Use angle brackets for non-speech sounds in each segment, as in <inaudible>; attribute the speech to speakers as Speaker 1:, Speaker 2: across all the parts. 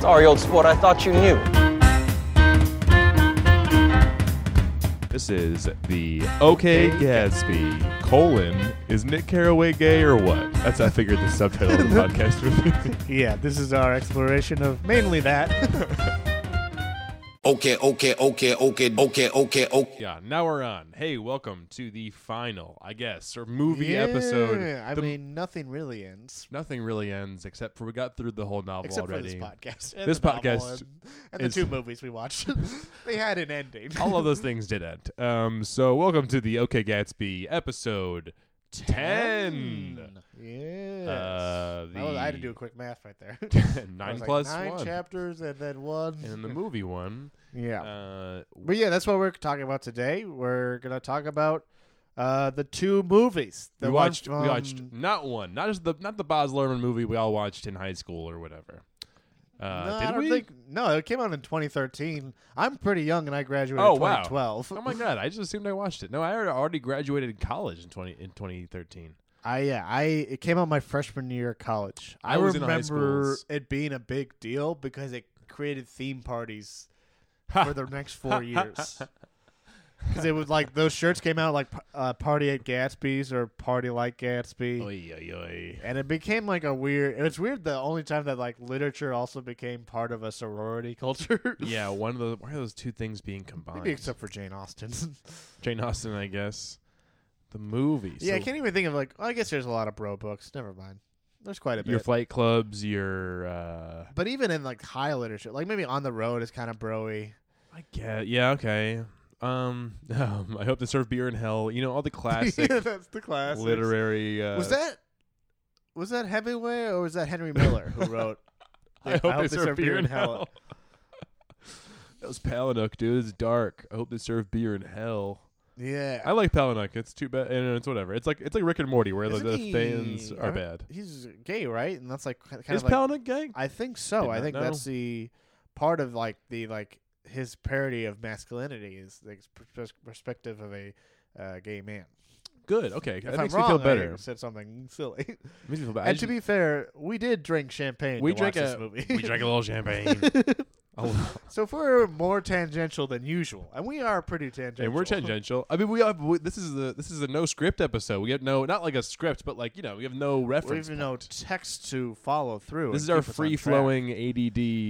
Speaker 1: Sorry, old sport, I thought you knew.
Speaker 2: This is the OK Gatsby colon is Nick Carraway gay or what? That's I figured the subtitle
Speaker 3: <laughs>
Speaker 2: of the podcast would be.
Speaker 3: Yeah, this is our exploration of mainly that.
Speaker 4: Okay, okay, okay, okay, okay, okay, okay.
Speaker 2: <laughs> yeah, now we're on. Hey, welcome to the final, I guess, or movie episode.
Speaker 3: Yeah, I
Speaker 2: The-
Speaker 3: mean, nothing really ends.
Speaker 2: nothing really ends except for we got through the whole novel
Speaker 3: Except
Speaker 2: already.
Speaker 3: for this podcast. and
Speaker 2: This
Speaker 3: the novel
Speaker 2: podcast
Speaker 3: And, and the
Speaker 2: is-
Speaker 3: two movies we watched. <laughs> they had an ending.
Speaker 2: <laughs> All of those things did end. Um, so welcome to the OK Gatsby episode ten.
Speaker 3: Yes.
Speaker 2: Uh,
Speaker 3: That was- I had to
Speaker 2: the-
Speaker 3: do a quick math right
Speaker 2: <laughs>
Speaker 3: there. <laughs> I
Speaker 2: nine
Speaker 3: was like,
Speaker 2: plus
Speaker 3: nine
Speaker 2: one.
Speaker 3: chapters and then one.
Speaker 2: and then the movie one.
Speaker 3: <laughs> yeah.
Speaker 2: Uh,
Speaker 3: But yeah, that's what we're talking about today. We're gonna talk about uh, the two movies. The
Speaker 2: we
Speaker 3: one
Speaker 2: watched. We watched
Speaker 3: from-
Speaker 2: not one, not just the not the Boz Lerman movie we all watched in high school or whatever. Uh,
Speaker 3: no,
Speaker 2: did
Speaker 3: I don't
Speaker 2: we?
Speaker 3: think. No, it came out in 2013. I'm pretty young, and I graduated.
Speaker 2: Oh, wow.
Speaker 3: 2012.
Speaker 2: Oh my god! I just assumed I watched it. No, I already- already graduated college in twenty in twenty thirteen.
Speaker 3: I yeah, I it came out my freshman year of college.
Speaker 2: I
Speaker 3: I,
Speaker 2: was in high
Speaker 3: remember
Speaker 2: schools.
Speaker 3: it being a big deal because it created theme
Speaker 2: <laughs>
Speaker 3: parties for the next four years. Because it was like those shirts came out like uh, "Party at Gatsby's" or "Party Like Gatsby."
Speaker 2: Oy, oy, oy.
Speaker 3: and it became like a weird it's weird the only time that like literature also became part of a sorority culture
Speaker 2: Yeah, one of the why are those two things being combined?
Speaker 3: <laughs> maybe except for jane austen <laughs>
Speaker 2: Jane Austen, I guess. The movie.
Speaker 3: yeah i
Speaker 2: So
Speaker 3: can't even think of like i guess there's a lot of bro books never mind there's quite a bit
Speaker 2: Your flight clubs, your uh
Speaker 3: but even in like high literature like maybe on the road is kind of broy <laughs>
Speaker 2: I get yeah, okay. Um, <laughs> um, I hope to serve beer in hell. You know,
Speaker 3: <laughs>
Speaker 2: all the classic
Speaker 3: yeah that's the classic
Speaker 2: literary uh,
Speaker 3: was that was that hemingway or was that henry miller who wrote
Speaker 2: <laughs> I hope, they serve, beer in hell. <laughs> that was Palinuk, dude. It's dark. I hope they serve beer in hell.
Speaker 3: yeah
Speaker 2: I like Palinuk. It's too bad and it's whatever. It's like it's like Rick and Morty where the,
Speaker 3: Isn't
Speaker 2: the
Speaker 3: he-
Speaker 2: fans are
Speaker 3: aren't-
Speaker 2: bad.
Speaker 3: he's gay right and that's like kind
Speaker 2: Is
Speaker 3: of like
Speaker 2: Palinuk gay?
Speaker 3: I think so.
Speaker 2: Did
Speaker 3: I
Speaker 2: not
Speaker 3: think
Speaker 2: know.
Speaker 3: that's the part of like the like his parody of masculinity is the pers- perspective of a uh, gay man.
Speaker 2: Good. Okay.
Speaker 3: if
Speaker 2: That
Speaker 3: I'm
Speaker 2: makes me
Speaker 3: wrong,
Speaker 2: feel
Speaker 3: I
Speaker 2: better.
Speaker 3: said something silly.
Speaker 2: Makes me feel bad. I
Speaker 3: and to
Speaker 2: should-
Speaker 3: be fair, we did drink champagne.
Speaker 2: we
Speaker 3: to
Speaker 2: drank
Speaker 3: watch
Speaker 2: a
Speaker 3: this movie.
Speaker 2: <laughs> we drank a little champagne. Oh,
Speaker 3: <laughs> so if we're more tangential than usual, and we are pretty tangential.
Speaker 2: and we're tangential. I mean, we have we, this is the this is a no script episode. We have no not like a script, but like you know we have no
Speaker 3: We
Speaker 2: reference.
Speaker 3: have no text to follow through.
Speaker 2: This
Speaker 3: and
Speaker 2: is our
Speaker 3: keep us on
Speaker 2: free
Speaker 3: track.
Speaker 2: flowing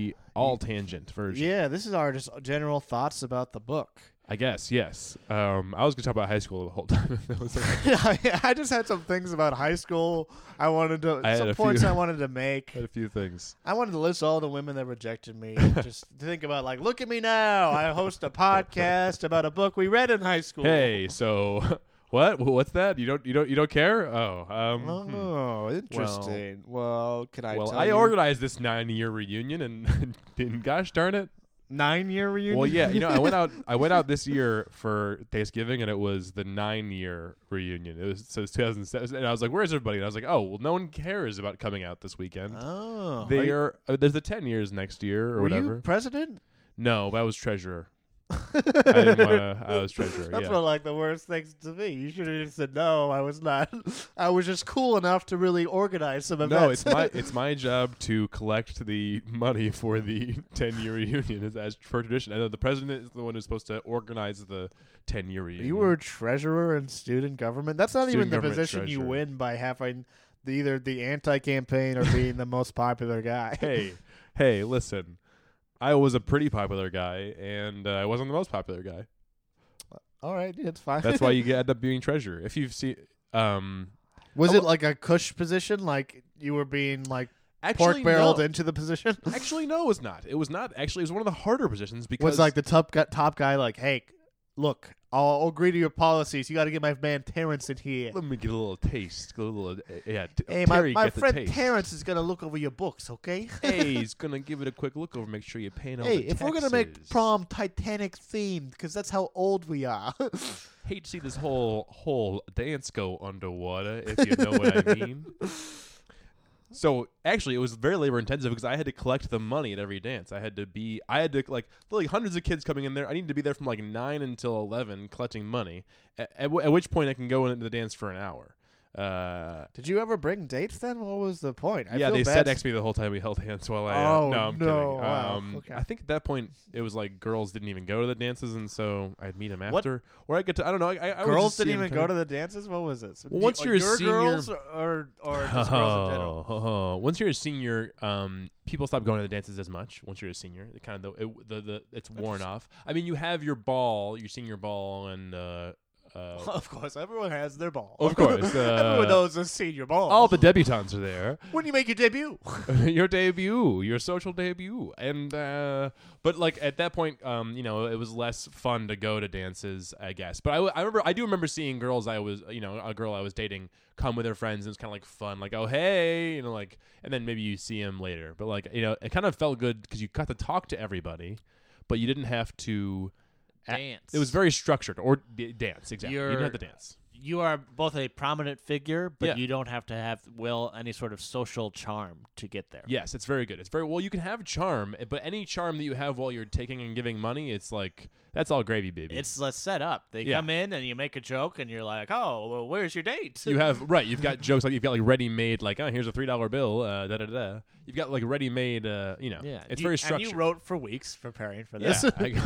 Speaker 2: ADD all tangent version.
Speaker 3: Yeah, this is our just general thoughts about the book. <laughs>
Speaker 2: I guess yes. Um, I was gonna talk about high school the whole <laughs> time. That was like-
Speaker 3: I I just had some things about high school. I wanted to
Speaker 2: I had
Speaker 3: some
Speaker 2: a
Speaker 3: points
Speaker 2: few.
Speaker 3: I wanted
Speaker 2: <laughs>
Speaker 3: to make.
Speaker 2: had a few things.
Speaker 3: I wanted to list all the women that rejected
Speaker 2: <laughs>
Speaker 3: me. and just to think about like, look at me now. I host a podcast about a book we read in high school.
Speaker 2: Hey, so <laughs> what? What's that? You don't you don't you don't care? Oh, um, hmm.
Speaker 3: Oh, interesting. Well, can I?
Speaker 2: well,
Speaker 3: tell
Speaker 2: I
Speaker 3: you-
Speaker 2: organized this nine year reunion and, <laughs> and gosh darn it,
Speaker 3: nine year reunion.
Speaker 2: Well, yeah, you know, I went <laughs> out. I went out this year for Thanksgiving, and it was the nine-year reunion. It was so it's 2007, and I was like, "Where's everybody?" And I was like, "Oh, well, no one cares about coming out this weekend.
Speaker 3: Oh, are
Speaker 2: they
Speaker 3: you-
Speaker 2: are. uh, there's the ten years next year or
Speaker 3: were
Speaker 2: whatever.
Speaker 3: you president?
Speaker 2: no, but I was
Speaker 3: <laughs>
Speaker 2: treasurer. I didn't want to. I was treasurer.
Speaker 3: That's
Speaker 2: yeah.
Speaker 3: one of like the worst things to me. You should have just said no. I was not. <laughs> I was just cool enough to really organize some events.
Speaker 2: no, it's my it's my job to collect the money for the <laughs> ten year reunion as, as per tradition. I know the president is the one who's supposed to organize the ten year reunion.
Speaker 3: <laughs> You were treasurer in student government. That's not
Speaker 2: Student
Speaker 3: even the
Speaker 2: government
Speaker 3: position you
Speaker 2: treasurer.
Speaker 3: win by having the, either the anti campaign or being the most popular guy.
Speaker 2: <laughs> hey, hey, listen. I was a pretty popular guy, and uh, I wasn't the most popular guy.
Speaker 3: <laughs> All right, yeah, it's fine.
Speaker 2: That's why you end up being treasurer. If you've seen, um,
Speaker 3: <laughs> was it like a cush position, like you were being like pork barreled into the position?
Speaker 2: Actually, no, it was not. It was not. Actually, it was one of the harder positions because
Speaker 3: was like the top guy, top guy, like, hey, look, I'll agree to your policies. You got to get my man Terrence in here.
Speaker 2: Let me get a little taste. Get a little. uh, yeah. T-
Speaker 3: Hey,
Speaker 2: Terry
Speaker 3: my, my
Speaker 2: get the
Speaker 3: friend
Speaker 2: taste.
Speaker 3: Terrence <laughs> is gonna look over your books, <laughs> okay?
Speaker 2: Hey, he's gonna give it a quick look over. Make sure you're paying all
Speaker 3: hey,
Speaker 2: the
Speaker 3: if we're gonna
Speaker 2: taxes.
Speaker 3: make prom Titanic themed, because that's how old we are. <laughs>
Speaker 2: hate to see this whole whole dance go underwater if you know what I
Speaker 3: <laughs>
Speaker 2: mean. So actually, it was very labor intensive because I had to collect the money at every dance. I had to be, I had to like, there were, like hundreds of kids coming in there. I needed to be there from like nine until eleven collecting money. At, at, w- at which point I can go into the dance for an hour. Uh,
Speaker 3: Did you ever bring dates then? What was the point? I
Speaker 2: yeah,
Speaker 3: feel
Speaker 2: they
Speaker 3: bad
Speaker 2: sat next to me the whole time we held hands while I. Uh,
Speaker 3: Oh,
Speaker 2: no, I'm
Speaker 3: no,
Speaker 2: kidding.
Speaker 3: wow,
Speaker 2: Um,
Speaker 3: okay.
Speaker 2: I think at that point it was like girls didn't even go to the dances, and so I'd meet him
Speaker 3: What?
Speaker 2: after, or I get to. I don't know. I, I, I would
Speaker 3: girls
Speaker 2: just see
Speaker 3: didn't
Speaker 2: him
Speaker 3: even
Speaker 2: kinda-
Speaker 3: go to the dances. What was it? So
Speaker 2: Well,
Speaker 3: do-
Speaker 2: once
Speaker 3: are
Speaker 2: you're a
Speaker 3: your
Speaker 2: senior-
Speaker 3: girls or or just <laughs> girls in general.
Speaker 2: <laughs> Oh, oh, once you're a senior, um, people stop going to the dances as much. Once you're a senior, it kind of the, it, the the it's worn off. I mean, you have your ball, your senior ball, and uh,
Speaker 3: <laughs>
Speaker 2: uh,
Speaker 3: Of course, everyone has their ball.
Speaker 2: Of course, uh,
Speaker 3: <laughs> everyone knows a senior ball.
Speaker 2: all the debutantes are there.
Speaker 3: when you make your debut,
Speaker 2: <laughs> your debut, your social debut, and uh, but like at that point, um, you know, it was less fun to go to dances, I guess. But I, I remember, I do remember seeing girls I was, you know, a girl I was dating come with her friends, and it's kind of like fun, like oh hey, you know, like, and then maybe you see him later, but like you know, it kind of felt good because you got to talk to everybody, but you didn't have to. a-
Speaker 1: Dance.
Speaker 2: It was very structured, or d- dance exactly. you didn't
Speaker 1: You're-
Speaker 2: have to dance.
Speaker 1: you are both a prominent figure, but
Speaker 2: Yeah.
Speaker 1: you don't have to have well any sort of social charm to get there.
Speaker 2: Yes, it's very good. It's very well. You can have charm, eh, but any charm that you have while you're taking and giving money, it's like that's all gravy, baby.
Speaker 1: It's let's set up. They
Speaker 2: Yeah.
Speaker 1: come in and you make a joke and you're like, "Oh, well, where's your date?"
Speaker 2: you have right. You've got jokes like you've got like ready-made like oh here's a three dollar bill uh, da da da. You've got like ready-made uh, you know.
Speaker 1: yeah,
Speaker 2: it's
Speaker 1: you-
Speaker 2: very
Speaker 1: and
Speaker 2: structured.
Speaker 1: you wrote for weeks preparing for
Speaker 2: yeah,
Speaker 1: this. <laughs>
Speaker 2: I go,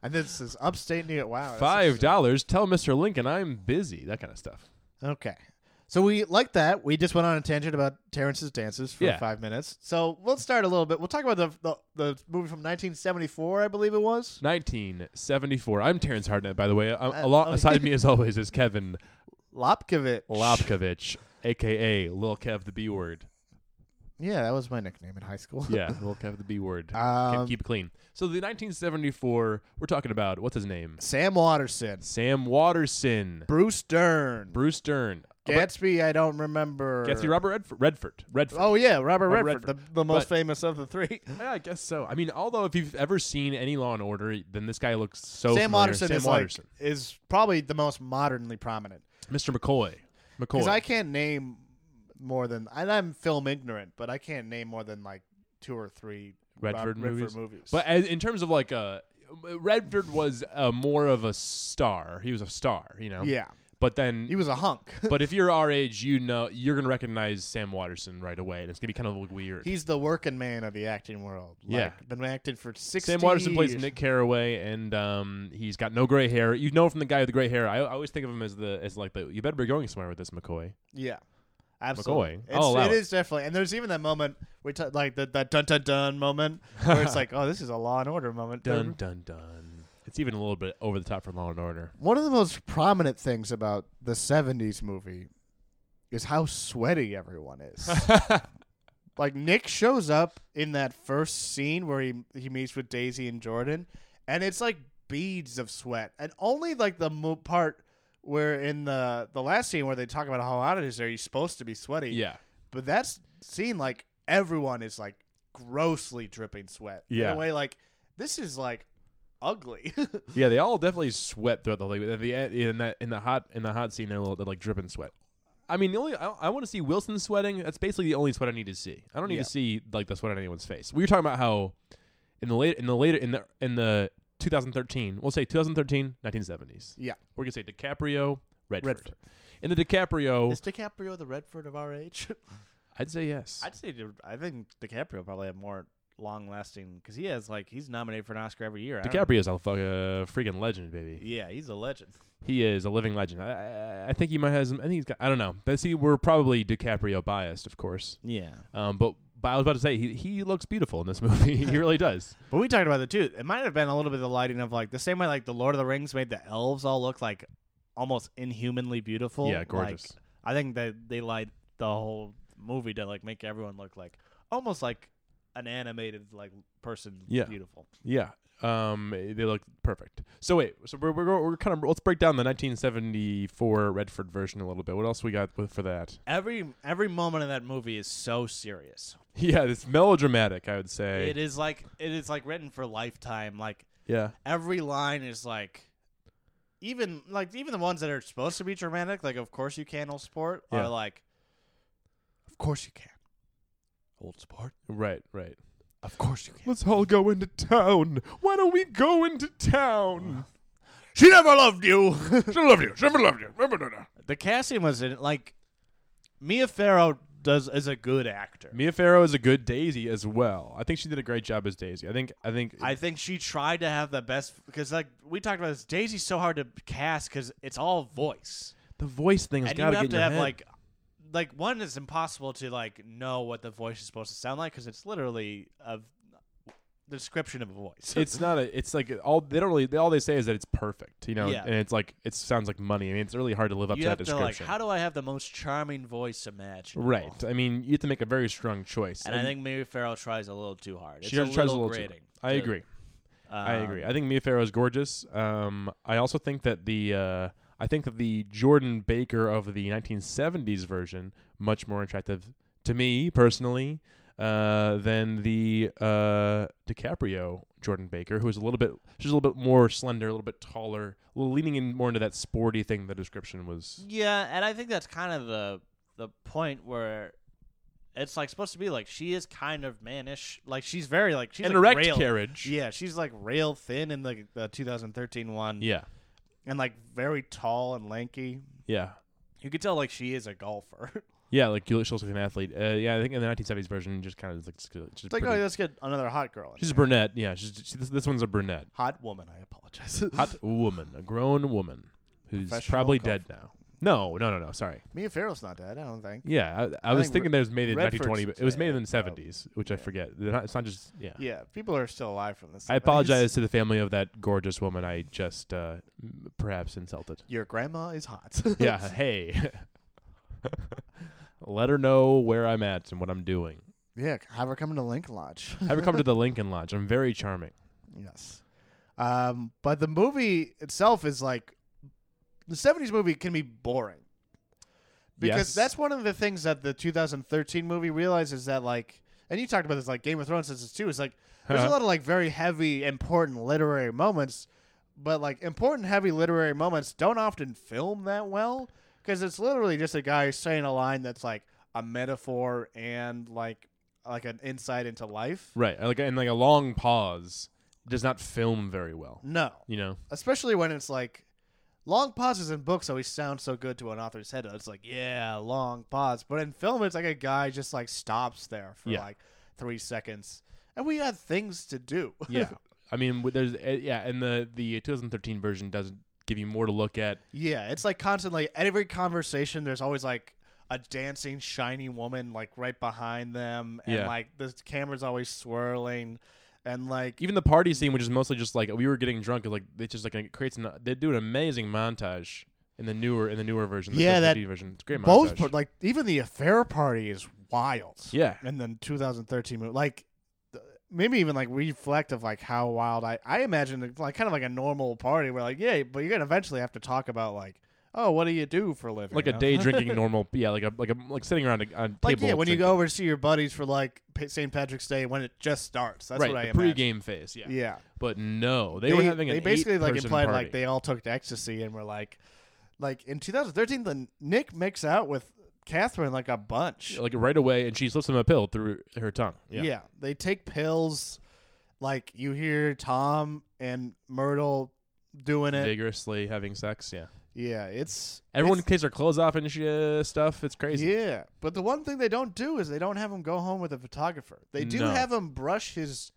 Speaker 3: and this is upstate New York. Wow, this is-
Speaker 2: five dollars. Tell Mr. Lincoln I'm busy. That kind of stuff.
Speaker 3: Okay. So we like that. We just went on a tangent about Terrence's dances for
Speaker 2: Yeah.
Speaker 3: five minutes. So we'll start a little bit. We'll talk about the, the the movie from 1974, I believe it was.
Speaker 2: 1974. I'm Terrence Hartnett, by the way. Um,
Speaker 3: Uh,
Speaker 1: oh, <laughs>
Speaker 2: alongside me, as always, is Kevin
Speaker 3: Lopkovich.
Speaker 2: Lobkovich, aka Lil Kev the B word.
Speaker 3: Yeah, that was my nickname in high school.
Speaker 2: <laughs> Yeah, Lil Kev the B word.
Speaker 3: Um,
Speaker 2: Can't keep it clean. So the 1974. We're talking about what's his name?
Speaker 3: Sam Watterson,
Speaker 2: Sam Waterson,
Speaker 3: Bruce Dern,
Speaker 2: Bruce Stern,
Speaker 3: Gatsby. I don't remember.
Speaker 2: Gatsby, Robert Redford, Redford, Redford.
Speaker 3: Oh yeah, Robert,
Speaker 2: Robert
Speaker 3: Redford,
Speaker 2: Redford.
Speaker 3: the, the most
Speaker 2: But-
Speaker 3: famous of the three.
Speaker 2: Yeah, I guess so. I mean, although if you've ever seen any Law and Order, then this guy looks so. familiar.
Speaker 3: Sam Watterson
Speaker 2: Sam
Speaker 3: is
Speaker 2: Waterson,
Speaker 3: like is probably the most modernly prominent.
Speaker 2: Mr. McCoy, McCoy.
Speaker 3: Because I can't name more than and I'm film ignorant, but I can't name more than like two or three Rob
Speaker 2: Redford movies.
Speaker 3: movies.
Speaker 2: But as, in terms of like uh, Redford was uh, more of a star. He was a star, you know.
Speaker 3: yeah,
Speaker 2: But then
Speaker 3: he was a hunk. <laughs>
Speaker 2: but if you're our age, you know you're gonna recognize Sam Waterson right away, and it's gonna be kind of weird.
Speaker 3: He's the working man of the acting world.
Speaker 2: Yeah.
Speaker 3: like, been acting for sixty.
Speaker 2: Sam Waterson plays
Speaker 3: years.
Speaker 2: Nick Carraway, and um, he's got no gray hair. You know from the guy with the gray hair. I, I always think of him as the as like the you better be going somewhere with this McCoy.
Speaker 3: Yeah.
Speaker 2: McCoy.
Speaker 3: Absolutely,
Speaker 2: Oh,
Speaker 3: It's-
Speaker 2: I'll allow
Speaker 3: it
Speaker 2: it.
Speaker 3: is definitely, and there's even that moment we t- like the, that dun dun dun moment where
Speaker 2: <laughs>
Speaker 3: it's like, oh, this is a Law and Order moment.
Speaker 2: Dun dun dun. It's even a little bit over the top for Law and Order.
Speaker 3: One of the most prominent things about the 70s movie is how sweaty
Speaker 2: <laughs>
Speaker 3: everyone is. like Nick shows up in that first scene where he he meets with Daisy and Jordan and it's like beads of sweat. And only like the mo- part where in the the last scene where they talk about how hot it is there you're supposed to be sweaty.
Speaker 2: Yeah,
Speaker 3: But that's scene like everyone is like grossly dripping sweat.
Speaker 2: Yeah.
Speaker 3: In a way like this is like ugly. <laughs>
Speaker 2: yeah. They all definitely sweat throughout the whole thing. At the end, in that in the hot in the hot scene, they're, a little, they're like dripping sweat. I mean, the only I, I want to see Wilson sweating. That's basically the only sweat I need to see. I don't need
Speaker 3: Yeah.
Speaker 2: to see like the sweat on anyone's face. We were talking about how in the late in the later in the in the 2013, we'll say 2013, 1970s.
Speaker 3: yeah.
Speaker 2: We're gonna say DiCaprio, Redford.
Speaker 3: Redford.
Speaker 2: In the DiCaprio,
Speaker 3: Is DiCaprio the Redford of our
Speaker 1: <laughs>
Speaker 3: age?
Speaker 2: I'd say yes.
Speaker 1: I'd say Di- I think DiCaprio probably have more long lasting because he has like he's nominated for an Oscar every year. I don't-
Speaker 2: DiCaprio's a fuck- uh, freaking legend, baby.
Speaker 1: Yeah, he's a legend.
Speaker 2: He is a living legend. I, I, I think he might have. Some, I think he's got. I don't know. But see, we're probably DiCaprio biased, of course.
Speaker 1: Yeah,
Speaker 2: Um, but but I was about to say he he looks beautiful in this <laughs> movie. he really does.
Speaker 1: but we talked about it too. It might have been a little bit of the lighting of like the same way like the Lord of the Rings made the elves all look like almost inhumanly beautiful.
Speaker 2: Yeah,
Speaker 1: Like,
Speaker 2: gorgeous.
Speaker 1: I think that they light the whole movie to like make everyone look like almost like an animated like person.
Speaker 2: Yeah.
Speaker 1: beautiful.
Speaker 2: Yeah. Um, they look perfect. So wait, so we're we're, go- we're kind of let's break down the 1974 Redford version a little bit. What else we got with, for that? <laughs>
Speaker 1: Every every moment of that movie is so serious.
Speaker 2: Yeah, it's melodramatic. I would say.
Speaker 1: It is like it is like written for lifetime. Like
Speaker 2: yeah.
Speaker 1: every line is like even like even the ones that are supposed to be dramatic, like of course you can old sport,
Speaker 2: Yeah.
Speaker 1: are like
Speaker 3: Of course you can.
Speaker 1: old sport.
Speaker 2: Right. Right.
Speaker 3: Of course you can.
Speaker 2: Let's all go into town. Why don't we go into town?
Speaker 3: <laughs> She never loved you.
Speaker 2: <laughs> She loved you. She never loved you. Remember that.
Speaker 1: The casting was in like Mia Farrow does is a good actor.
Speaker 2: Mia Farrow is a good Daisy as well. I think she did a great job as Daisy. I think I think
Speaker 1: I think she tried to have the best because like we talked about this. Daisy's so hard to cast because it's all voice,
Speaker 2: the voice thing has
Speaker 1: and you
Speaker 2: got to
Speaker 1: have
Speaker 2: get in
Speaker 1: to
Speaker 2: your
Speaker 1: have
Speaker 2: head.
Speaker 1: like like one it's impossible to like know what the voice is supposed to sound like because it's literally a v- description of a voice.
Speaker 2: it's not a. It's like all they don't really. They, all they say is that it's perfect, you know.
Speaker 1: Yeah.
Speaker 2: And it's like it sounds like money. I mean, it's really hard to live up
Speaker 1: you
Speaker 2: to
Speaker 1: have
Speaker 2: that
Speaker 1: to like
Speaker 2: description.
Speaker 1: how do I have the most charming voice imaginable?
Speaker 2: right. I mean, you have to make a very strong choice.
Speaker 1: And I think Mia Farrow tries a little too hard.
Speaker 2: she
Speaker 1: it's
Speaker 2: tries a little
Speaker 1: grating.
Speaker 2: too.
Speaker 1: Uh,
Speaker 2: I
Speaker 1: to-
Speaker 2: agree. I agree. I think Mia Farrow is gorgeous. Um, I also think that the uh, I think that the Jordan Baker of the 1970s version much more attractive to me personally uh, than the uh, DiCaprio Jordan Baker, who is a little bit she's a little bit more slender, a little bit taller, a little leaning in more into that sporty thing. The description was
Speaker 1: Yeah, and I think that's kind of the the point where it's like supposed to be like she is kind of mannish. Like she's very like she's
Speaker 2: an
Speaker 1: like
Speaker 2: erect
Speaker 1: rail.
Speaker 2: carriage.
Speaker 1: Yeah, she's like rail thin in the, the 2013 one,
Speaker 2: yeah,
Speaker 1: and like very tall and lanky.
Speaker 2: yeah.
Speaker 1: You could tell like she is a golfer. <laughs> it's
Speaker 2: Yeah, like she looks like an athlete. Uh, yeah, I think in the 1970s version, just kind of like she's,
Speaker 1: like
Speaker 2: pretty-
Speaker 1: oh, let's get another hot girl. In.
Speaker 2: she's a brunette. Yeah, she's, she, this, this one's a brunette.
Speaker 1: hot woman. I apologize. <laughs>
Speaker 2: hot woman, a grown woman who's
Speaker 1: Professional
Speaker 2: probably
Speaker 1: golfer.
Speaker 2: dead now. No, no, no, no. Sorry.
Speaker 1: Mia Farrow's not dead. I don't think.
Speaker 2: Yeah, I, I, was
Speaker 1: think
Speaker 2: thinking that it was made in
Speaker 1: Redford's
Speaker 2: 1920, but it was made in the
Speaker 1: dead, probably.
Speaker 2: 70s, which I forget. They're not- it's not just. Yeah.
Speaker 1: Yeah, people are still alive from this.
Speaker 2: I apologize to the family of that gorgeous woman I just uh, m- perhaps
Speaker 1: <laughs>
Speaker 2: insulted.
Speaker 1: Your grandma is hot. <laughs>
Speaker 2: yeah. Hey. <laughs> Let her know where I'm at and what I'm doing.
Speaker 3: Yeah, have her come to Link Lodge.
Speaker 2: Have her come to
Speaker 1: <laughs>
Speaker 2: the Lincoln Lodge. I'm very charming.
Speaker 3: yes. Um, but the movie itself is like the '70s movie can be boring because
Speaker 2: Yes.
Speaker 3: that's one of the things that the 2013 movie realizes that like, and you talked about this like Game of Thrones instance too. Is like there's a lot of like very heavy, important literary moments, but like important heavy literary moments don't often film that well because it's literally just a guy saying a line that's like a metaphor and like like an insight into life.
Speaker 2: Right. Like and like a long pause does not film very well.
Speaker 3: No.
Speaker 2: You know.
Speaker 3: especially when it's like long pauses in books always sound so good to an author's head. It's like, yeah, long pause. But in film, it's like a guy just like stops there for
Speaker 2: Yeah.
Speaker 3: like three seconds, and we had things to do. <laughs>
Speaker 2: yeah <laughs> i mean w- there's uh, yeah and the the 2013 version doesn't give you more to look at
Speaker 3: yeah, it's like constantly every conversation. There's always like a dancing shiny woman like right behind them, and
Speaker 2: Yeah.
Speaker 3: like the camera's always swirling, and like
Speaker 2: even the party scene which is mostly just like we were getting drunk is like it's just like it creates an they do an amazing montage in the newer in the newer version the
Speaker 3: Yeah,
Speaker 2: 2013 version it's a great
Speaker 3: both
Speaker 2: montage.
Speaker 3: par- like even the affair party is wild.
Speaker 2: yeah
Speaker 3: and then 2013 movie like th- maybe even like reflect of like how wild i i imagine it, like kind of like a normal party where like yeah but you're gonna eventually have to talk about like oh what do you do for a living
Speaker 2: like
Speaker 3: you
Speaker 2: a
Speaker 3: know? <laughs>
Speaker 2: day drinking normal yeah like a like a like sitting around a, a
Speaker 3: like
Speaker 2: table
Speaker 3: yeah when you
Speaker 2: drinking.
Speaker 3: go over to see your buddies for like Pa- st patrick's day when it just starts that's
Speaker 2: right
Speaker 3: what i
Speaker 2: the
Speaker 3: imagine.
Speaker 2: pregame phase yeah
Speaker 3: yeah
Speaker 2: but no they, were having an
Speaker 3: they basically like
Speaker 2: eight-person
Speaker 3: implied
Speaker 2: party.
Speaker 3: like they all took to ecstasy and were like like in 2013 the nick makes out with catherine like a bunch
Speaker 2: like right away and she slips him a pill through her tongue yeah
Speaker 3: Yeah. They take pills. Like you hear Tom and Myrtle doing it.
Speaker 2: vigorously having sex yeah
Speaker 3: yeah, it's
Speaker 2: everyone
Speaker 3: it's-
Speaker 2: takes their clothes off and shit stuff it's crazy
Speaker 3: yeah, but the one thing they don't do is they don't have him go home with a photographer. They do
Speaker 2: No.
Speaker 3: have him brush his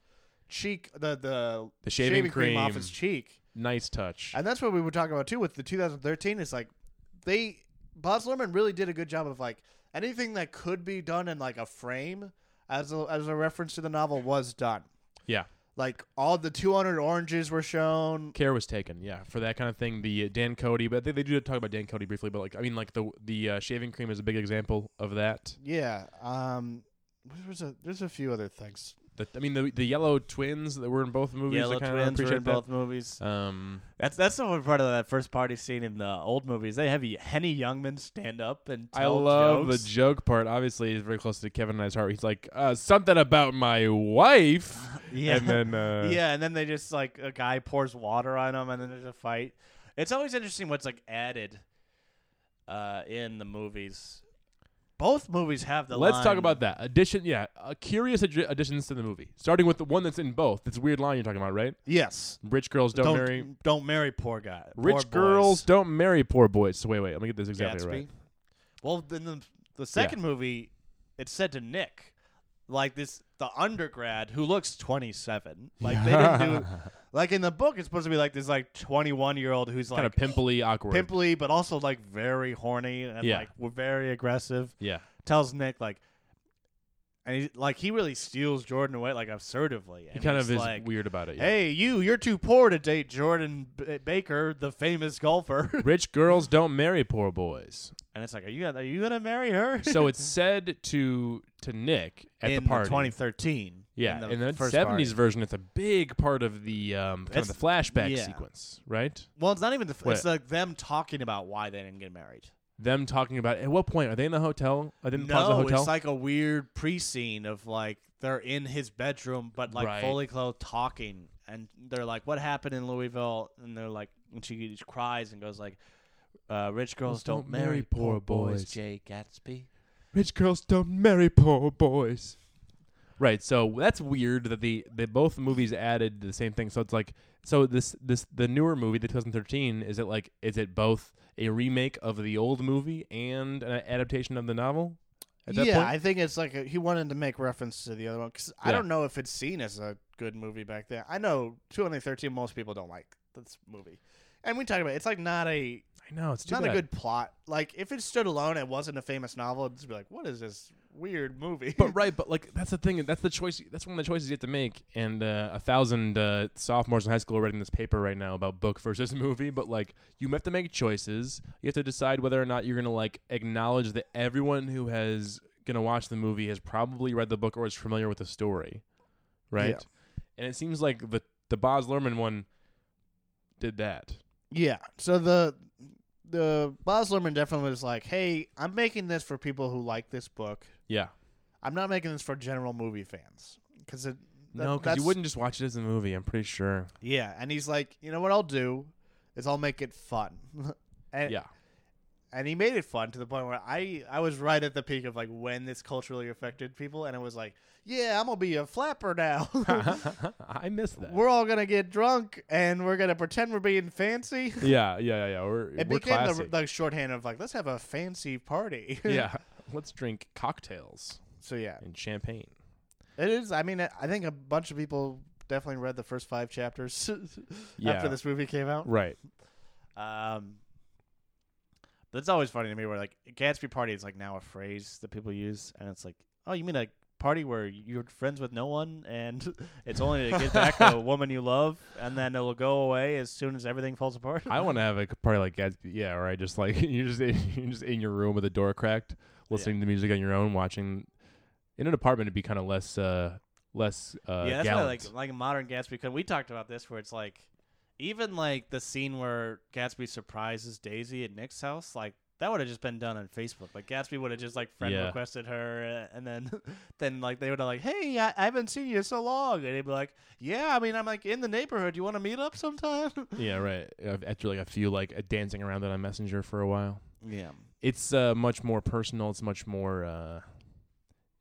Speaker 3: cheek, the the,
Speaker 2: The shaving
Speaker 3: off
Speaker 2: cream.
Speaker 3: his cheek,
Speaker 2: nice touch
Speaker 3: and that's what we were talking about too with the 2013. It's like they Boz Luhrmann really did a good job of like anything that could be done in like a frame as a, as a reference to the novel was done.
Speaker 2: yeah
Speaker 3: Like all the 200 oranges were shown.
Speaker 2: care was taken, yeah, for that kind of thing. The uh, Dan Cody, but they, they do talk about Dan Cody briefly, but like I mean, like the the uh, shaving cream is a big example of that.
Speaker 3: Yeah. Um. There was a there's a few other things.
Speaker 2: The, I mean, the the yellow twins that were in both movies.
Speaker 1: Yellow
Speaker 2: I kind
Speaker 1: twins
Speaker 2: appreciate
Speaker 1: were in
Speaker 2: that.
Speaker 1: both movies.
Speaker 2: Um,
Speaker 1: That's that's the one part of that first party scene in the old movies. They have Henny Youngman stand up and tell
Speaker 2: I love
Speaker 1: jokes.
Speaker 2: the joke part. Obviously, it's very close to Kevin and I's heart. He's like uh, something about my wife,
Speaker 1: <laughs> yeah.
Speaker 2: and then uh,
Speaker 1: <laughs> yeah, and then they just like a guy pours water on him, and then there's a fight. It's always interesting what's like added uh, in the movies both movies have the.
Speaker 2: Let's talk
Speaker 1: line-
Speaker 2: about that addition. Yeah, uh, curious addi- additions to the movie, starting with the one that's in both. This weird line you're talking about, right?
Speaker 1: yes.
Speaker 2: Rich girls don't,
Speaker 1: Don't
Speaker 2: marry.
Speaker 1: don't marry poor guy.
Speaker 2: Rich
Speaker 1: poor boys.
Speaker 2: girls don't marry poor boys. So wait, wait, let me get this exactly
Speaker 1: Gatsby.
Speaker 2: right.
Speaker 1: Well, then the the second movie, it's said to Nick, like this the undergrad who looks twenty seven. Like they didn't do. Like in the book, it's supposed to be like this like twenty one year old who's
Speaker 2: Kind of
Speaker 1: like
Speaker 2: pimply, awkward.
Speaker 1: pimply, but also like very horny and
Speaker 2: Yeah.
Speaker 1: like we're very aggressive.
Speaker 2: yeah,
Speaker 1: Tells Nick like, and he like he really steals Jordan away like assertively.
Speaker 2: he
Speaker 1: and
Speaker 2: kind
Speaker 1: he's
Speaker 2: of is
Speaker 1: like,
Speaker 2: weird about it. yeah.
Speaker 1: Hey, you! You're too poor to date Jordan B- Baker, the famous golfer. <laughs>
Speaker 2: Rich girls don't marry poor boys.
Speaker 1: and it's like, are you gonna, are you gonna marry her? <laughs>
Speaker 2: So it's said to to Nick at
Speaker 1: in
Speaker 2: the party.
Speaker 1: 2013.
Speaker 2: yeah,
Speaker 1: in the,
Speaker 2: in the
Speaker 1: first
Speaker 2: seventies
Speaker 1: party.
Speaker 2: version, it's a big part of the um, kind of the
Speaker 1: That's-
Speaker 2: flashback
Speaker 1: yeah.
Speaker 2: sequence, right?
Speaker 1: Well, it's not even the. f
Speaker 2: What?
Speaker 1: It's like them talking about why they didn't get married.
Speaker 2: Them talking about at what point are they in the hotel? Are they in the Plaza
Speaker 1: No,
Speaker 2: Hotel?
Speaker 1: it's like a weird pre-scene of like they're in his bedroom, but like
Speaker 2: Right.
Speaker 1: fully clothed, talking, and they're like, "What happened in Louisville?" And they're like, and she just cries and goes like, uh, "Rich girls don't, marry, poor boys."
Speaker 2: boys.
Speaker 1: Jay Gatsby.
Speaker 2: Rich girls don't marry poor boys. Right, so that's weird that the that both movies added the same thing. So it's like so this this the newer movie, the 2013, is it like is it both a remake of the old movie and an adaptation of the novel? At that
Speaker 3: yeah,
Speaker 2: point,
Speaker 3: I think it's like a, he wanted to make reference to the other one because I
Speaker 2: Yeah.
Speaker 3: don't know if it's seen as a good movie back then. I know 2013 most people don't like this movie, and we talk about it, it's like not a
Speaker 2: I know it's
Speaker 3: it's
Speaker 2: too
Speaker 3: not
Speaker 2: bad.
Speaker 3: a good plot. Like if it stood alone and wasn't a famous novel, it'd just be like, what is this weird movie? <laughs>
Speaker 2: but right, but like that's the thing. That's the choice. That's one of the choices you have to make. And uh, a thousand uh, sophomores in high school are writing this paper right now about book versus <laughs> movie. But like you have to make choices. You have to decide whether or not you're gonna like acknowledge that everyone who has gonna watch the movie has probably read the book or is familiar with the story, right? And it seems like the the Boz Lerman one did that.
Speaker 3: yeah. So the the Boz Lerman definitely was like, hey, I'm making this for people who like this book.
Speaker 2: Yeah.
Speaker 3: I'm not making this for general movie fans because it. that-
Speaker 2: No, because you
Speaker 3: that's-
Speaker 2: wouldn't just watch it as a movie. I'm pretty sure.
Speaker 3: Yeah, and he's like, you know what I'll do is I'll make it fun. <laughs> and,
Speaker 2: Yeah.
Speaker 3: and he made it fun to the point where I I was right at the peak of like when this culturally affected people, and it was like, yeah, I'm gonna be a flapper
Speaker 2: <laughs>
Speaker 3: now. <laughs>
Speaker 2: I missed that.
Speaker 3: we're all gonna get drunk and we're gonna pretend we're being fancy.
Speaker 2: Yeah, yeah, yeah, yeah. We're,
Speaker 3: It
Speaker 2: we're
Speaker 3: became the,
Speaker 2: classic.
Speaker 3: the shorthand of like, let's have a fancy party. <laughs>
Speaker 2: yeah. <laughs> Let's drink cocktails
Speaker 3: so yeah,
Speaker 2: and champagne.
Speaker 3: it is. I mean, I think a bunch of people definitely read the first five chapters <laughs>
Speaker 2: Yeah.
Speaker 3: after this movie came out.
Speaker 2: Right.
Speaker 1: Um, but it's always funny to me where like Gatsby party is like now a phrase that people use, and it's like, oh, you mean a party where you're friends with no one, and <laughs> it's only to get
Speaker 2: <laughs>
Speaker 1: back to a woman you love, and then it'll go away as soon as everything falls apart.
Speaker 2: I want to have a party like Gatsby. Yeah, right. Just like <laughs> you're just in, you're just in your room with the door cracked, listening to music on your own, watching. In an apartment, it'd be kind of less, uh, less. Uh,
Speaker 1: yeah, that's why
Speaker 2: gallant.
Speaker 1: like like a modern Gatsby. Because we talked about this where it's like, even like the scene where Gatsby surprises Daisy at Nick's house, like. That would have just been done on Facebook. Like Gatsby would have just like friend
Speaker 2: Yeah.
Speaker 1: requested her, uh, and then, <laughs> then like they would have like, "Hey, I, I haven't seen you in so long," and he'd be like, "Yeah, I mean, I'm like in the neighborhood. You want to meet up sometime?" <laughs>
Speaker 2: yeah, right. I've- After like a few like uh, dancing around it on Messenger for a while,
Speaker 1: yeah,
Speaker 2: it's uh, much more personal. It's much more uh,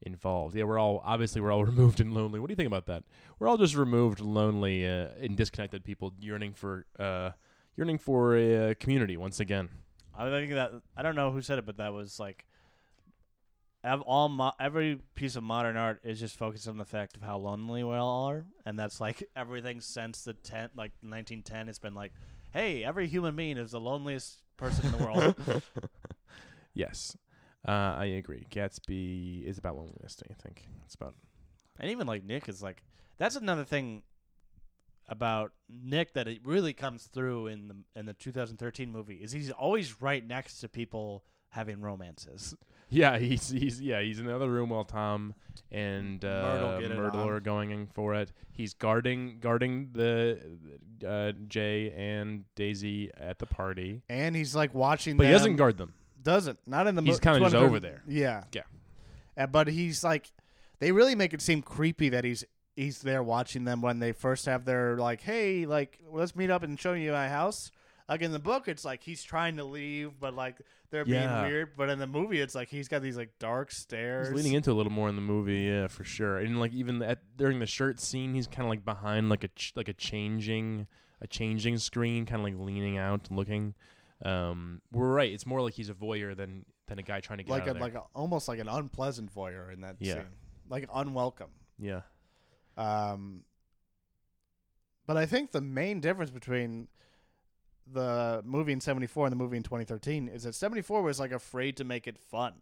Speaker 2: involved. Yeah, we're all obviously we're all <laughs> removed and lonely. What do you think about that? We're all just removed, lonely, uh, and disconnected people, yearning for uh, yearning for a uh, community once again.
Speaker 1: I think that I don't know who said it, but that was like, ev- all mo- every piece of modern art is just focused on the fact of how lonely we all are, and that's like <laughs> everything since the ten, like 1910, it's been like, hey, every human being is the loneliest person in the world.
Speaker 2: Yes, uh, I agree. Gatsby is about loneliness. I think it's about
Speaker 1: And even like Nick is like that's another thing about Nick that it really comes through in the in the 2013 movie is he's always right next to people having romances.
Speaker 2: yeah. He's he's yeah. He's in the other room while Tom and uh,
Speaker 1: Myrtle get it
Speaker 2: Myrtle
Speaker 1: on.
Speaker 2: are going in for it. He's guarding guarding the uh, Jay and Daisy at the party,
Speaker 3: And he's like watching.
Speaker 2: but he
Speaker 3: them.
Speaker 2: doesn't guard them.
Speaker 3: Doesn't not in the.
Speaker 2: He's
Speaker 3: mo-
Speaker 2: kinda just
Speaker 3: 200
Speaker 2: over there.
Speaker 3: Yeah.
Speaker 2: Yeah.
Speaker 3: Uh, but he's like, they really make it seem creepy that he's he's there watching them when they first have their like, hey, like let's meet up and show you my house.
Speaker 1: Like in the book, it's like he's trying to leave, but like they're
Speaker 2: Yeah.
Speaker 1: being weird. But in the movie, it's like he's got these like dark stares.
Speaker 2: He's leaning into a little more in the movie, yeah, for sure. And like even at, during the shirt scene, he's kind of like behind like a ch- like a changing a changing screen, kind of like leaning out and looking. Um, we're right. It's more like he's a voyeur than than a guy trying to get
Speaker 1: like
Speaker 2: out
Speaker 1: a,
Speaker 2: of there.
Speaker 1: like a, almost like an unpleasant voyeur in that
Speaker 2: Yeah.
Speaker 1: scene, like unwelcome.
Speaker 2: yeah.
Speaker 1: Um,
Speaker 3: But I think the main difference between the movie in 74 and the movie in 2013 is that 74 was like afraid to make it fun.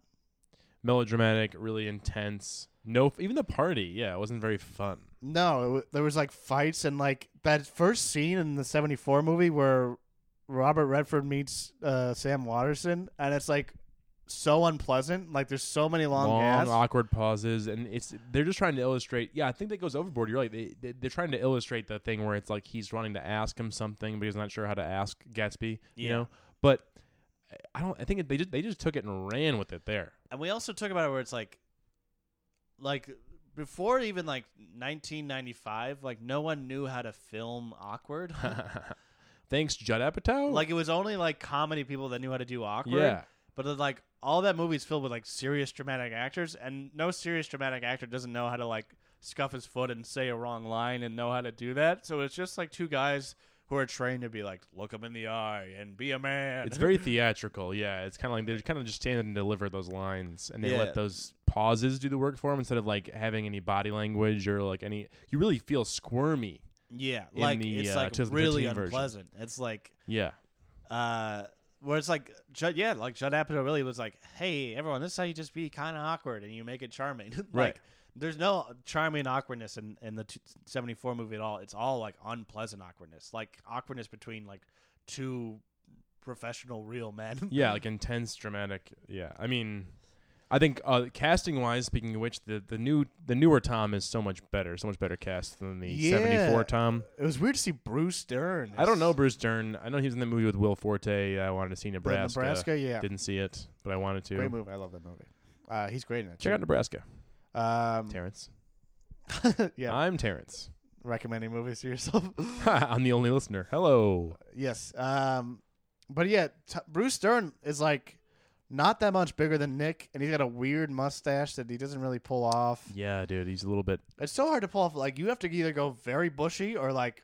Speaker 2: melodramatic, really intense. No, f- even the party, yeah, it wasn't very fun.
Speaker 3: No, it w- there was like fights and like that first scene in the 74 movie where Robert Redford meets uh, Sam Watterson and it's like so unpleasant. Like there's so many long,
Speaker 2: Long,
Speaker 3: gasps.
Speaker 2: awkward pauses, and it's they're just trying to illustrate. Yeah, I think that goes overboard. You're right. They, they they're trying to illustrate the thing where it's like he's running to ask him something, but he's not sure how to ask Gatsby. You
Speaker 1: Yeah.
Speaker 2: know, but I- I don't. I think it, they just they just took it and ran with it
Speaker 1: <laughs>
Speaker 2: there.
Speaker 1: and we also talk about it where it's like, like before even like 1995, like no one knew how to film
Speaker 2: <laughs>
Speaker 1: awkward.
Speaker 2: Thanks, Judd Apatow.
Speaker 1: like it was only like comedy people that knew how to do awkward.
Speaker 2: yeah,
Speaker 1: But it's like all that movie's filled with like serious dramatic actors, and no serious dramatic actor doesn't know how to like scuff his foot and say a wrong line and know how to do that. So it's just like two guys who are trained to be like, look him in the eye and be a
Speaker 3: <laughs>
Speaker 1: man.
Speaker 2: it's very theatrical. Yeah, it's kind of like they're kind of just standing and deliver those lines, and they
Speaker 1: Yeah.
Speaker 2: let those pauses do the work for them instead of like having any body language or like any. You really feel squirmy.
Speaker 1: yeah,
Speaker 2: in
Speaker 1: like
Speaker 2: the,
Speaker 1: it's
Speaker 2: uh,
Speaker 1: like really
Speaker 2: 2013 version.
Speaker 1: unpleasant. It's like
Speaker 2: Yeah,
Speaker 1: uh, where it's like Judd, yeah, like Judd Apatow really was like, hey, everyone, this is how you just be kind of awkward and you make it charming. <laughs> like,
Speaker 2: Right.
Speaker 1: There's no charming awkwardness in, in the t- 74 movie at all. It's all like unpleasant awkwardness, like awkwardness between like two professional real men. <laughs>
Speaker 2: yeah, like intense, dramatic. Yeah, I mean, I think uh, casting wise, speaking of which, the the new the newer Tom is so much better, so much better cast than the
Speaker 3: Yeah.
Speaker 2: '74 Tom.
Speaker 3: It was weird to see Bruce Stern.
Speaker 2: I don't know Bruce Dern. I know he was in the movie with Will Forte. I wanted to see
Speaker 3: The
Speaker 2: Nebraska.
Speaker 3: Nebraska, yeah.
Speaker 2: Didn't see it, but I wanted to.
Speaker 3: Great movie. I love that movie. Uh, he's great in it.
Speaker 2: Check out Nebraska,
Speaker 3: Um,
Speaker 2: Terrence.
Speaker 3: <laughs> yeah,
Speaker 2: I'm Terrence.
Speaker 3: recommending movies to yourself.
Speaker 2: <laughs> I'm the only listener. Hello.
Speaker 3: yes. Um, but yeah, t- Bruce Stern is like not that much bigger than Nick, and he's got a weird mustache that he doesn't really pull off.
Speaker 2: Yeah, dude, he's a little bit.
Speaker 3: It's so hard to pull off. Like you have to either go very bushy or like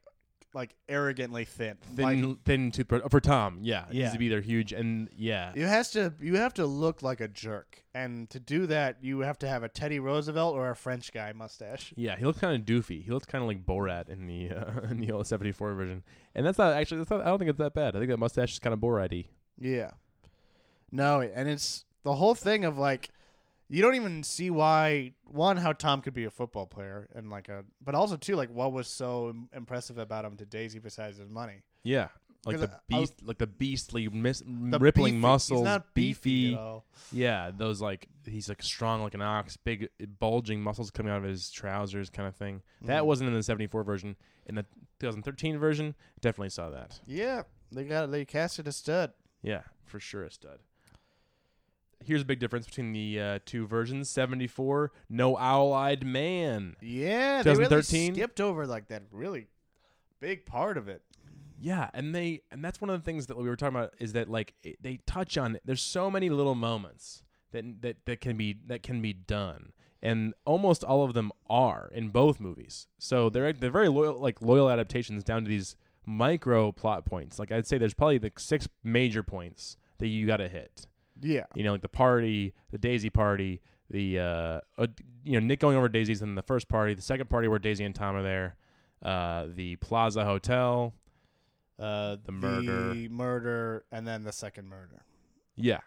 Speaker 3: like arrogantly thin.
Speaker 2: Thin,
Speaker 3: Like,
Speaker 2: thin tooth for, for Tom. Yeah, it
Speaker 3: Yeah.
Speaker 2: needs to be either huge and yeah,
Speaker 3: you has to you have to look like a jerk, and to do that, you have to have a Teddy Roosevelt or a French guy mustache.
Speaker 2: yeah. He looked kind of doofy. He looked kind of like Borat in the uh, <laughs> in the old '74 version. And that's not actually. That's not, I don't think it's that bad. I think that mustache is kind of Borat-y.
Speaker 3: Yeah. No, and it's the whole thing of like you don't even see why one how Tom could be a football player and like a but also too like what was so im- impressive about him to Daisy besides his money.
Speaker 2: Yeah, like the
Speaker 3: 'Cause I- I was-
Speaker 2: beast, like the beastly mis-
Speaker 3: The
Speaker 2: rippling
Speaker 3: beefy-
Speaker 2: muscles,
Speaker 3: he's not beefy, at all.
Speaker 2: Yeah, those like he's like strong like an ox, big bulging muscles coming out of his trousers kind of thing.
Speaker 3: Mm.
Speaker 2: That wasn't in the 74 version. In the 2013 version, definitely saw that.
Speaker 3: Yeah, they got they casted a stud.
Speaker 2: Yeah, for sure a stud. Here's a big difference between the uh, two versions. 74, no owl-eyed man.
Speaker 3: Yeah, they really
Speaker 2: 2013?
Speaker 3: skipped over like that really big part of it.
Speaker 2: Yeah, and they and that's one of the things that we were talking about is that like it, they touch on there's so many little moments that that that can be that can be done. And almost all of them are in both movies. So they're they're very loyal like loyal adaptations down to these micro plot points. Like I'd say there's probably the six major points that you got to hit.
Speaker 3: Yeah.
Speaker 2: You know, like the party, the Daisy party, the uh, uh, you know Nick going over to Daisy's in the first party, the second party where Daisy and Tom are there, uh, the Plaza Hotel,
Speaker 3: Uh, the
Speaker 2: murder.
Speaker 3: the murder, and then the second murder,
Speaker 2: yeah,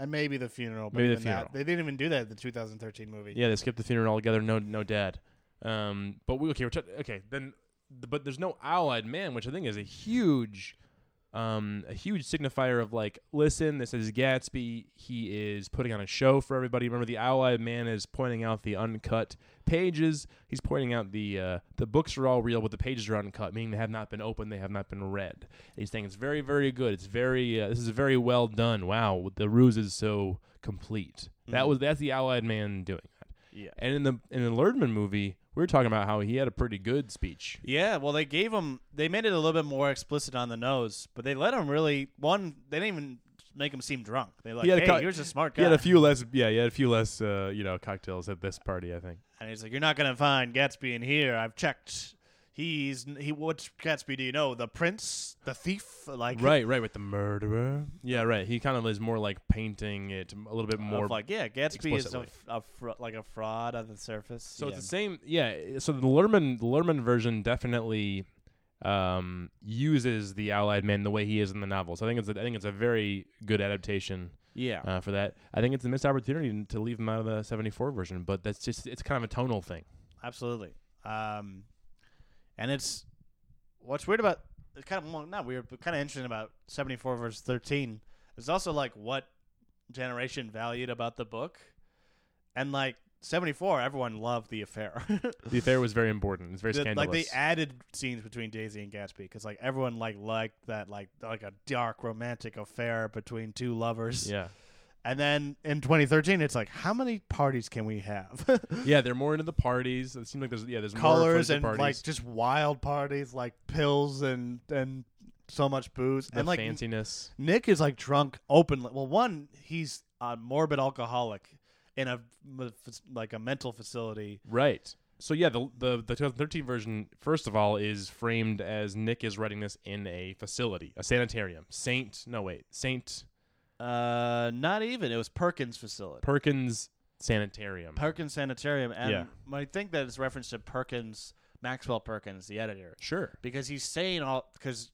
Speaker 3: and maybe the funeral. But
Speaker 2: Maybe the
Speaker 3: even that-
Speaker 2: funeral.
Speaker 3: they didn't even do that in the 2013 movie.
Speaker 2: Yeah, they skipped the funeral altogether. No, no dad. Um, but we okay. We're t- okay. Then, but there's no owl-eyed man, which I think is a huge, um, a huge signifier of like, listen, this is Gatsby. He is putting on a show for everybody. Remember, the owl-eyed man is pointing out the uncut pages. He's pointing out the uh, the books are all real, but the pages are uncut, meaning they have not been opened, they have not been read. And he's saying it's very, very good. It's very, uh, this is very Mm-hmm. well done. Wow, the ruse is so complete. That was that's the owl-eyed man doing that.
Speaker 1: Yeah.
Speaker 2: And in the in the Lerdman movie, we were talking about how he had a pretty good speech.
Speaker 1: Yeah, well, they gave him. They made it a little bit more explicit on the nose, but they let him really. One, they didn't even make him seem drunk. They like,
Speaker 2: He had a
Speaker 1: hey,
Speaker 2: co-
Speaker 1: here's a smart guy.
Speaker 2: He had a few less, yeah, he had a few less, uh, you know, cocktails at this party. I think.
Speaker 1: and he's like, "You're not gonna find Gatsby in here. I've checked. He's he. What Gatsby do you know? The prince, the thief, like
Speaker 2: Right, right, with the murderer. Yeah, right. He kind of is more like painting it a little bit
Speaker 1: of
Speaker 2: more
Speaker 1: like yeah, Gatsby is a,
Speaker 2: explicitly.
Speaker 1: a fr- like a fraud on the surface.
Speaker 2: So
Speaker 1: yeah.
Speaker 2: it's the same, yeah. So the Lerman the Lerman version definitely um, uses the Allied man the way he is in the novel. So I think it's a, I think it's a very good adaptation
Speaker 1: yeah.
Speaker 2: uh, for that. I think it's a missed opportunity n- to leave him out of the '74 version, but that's just it's kind of a tonal
Speaker 3: <laughs>
Speaker 2: thing.
Speaker 1: Absolutely. Um, and it's what's weird about it's kind of well, not weird, but kind of interesting about seventy four versus thirteen is also like what generation valued about the book, and like seventy four, everyone loved the affair. <laughs>
Speaker 2: The affair was very important. It's very
Speaker 1: The-
Speaker 2: scandalous.
Speaker 1: like they added scenes between Daisy and Gatsby because like everyone like liked that like like a dark romantic affair between two lovers.
Speaker 2: yeah,
Speaker 1: And then in 2013, it's like how many parties can we have? <laughs>
Speaker 2: yeah. They're more into the parties. It seems like there's yeah, there's more footage
Speaker 3: colors
Speaker 2: of
Speaker 3: and
Speaker 2: parties.
Speaker 3: like just wild parties, like pills and and so much booze
Speaker 2: the
Speaker 3: and like
Speaker 2: fanciness.
Speaker 3: Nick is like drunk.
Speaker 1: openly. Well, one, he's a morbid alcoholic in a like a mental facility.
Speaker 2: Right. So yeah, the, the the 2013 version, first of all, is framed as Nick is writing this in a facility, a sanitarium, Saint. No wait, Saint
Speaker 1: Uh, not even. It was Perkins facility.
Speaker 2: Perkins Sanitarium.
Speaker 1: Perkins Sanitarium, and
Speaker 2: Yeah.
Speaker 1: I think that it's reference to Perkins, Maxwell Perkins, the editor,
Speaker 2: sure.
Speaker 1: because he's saying all because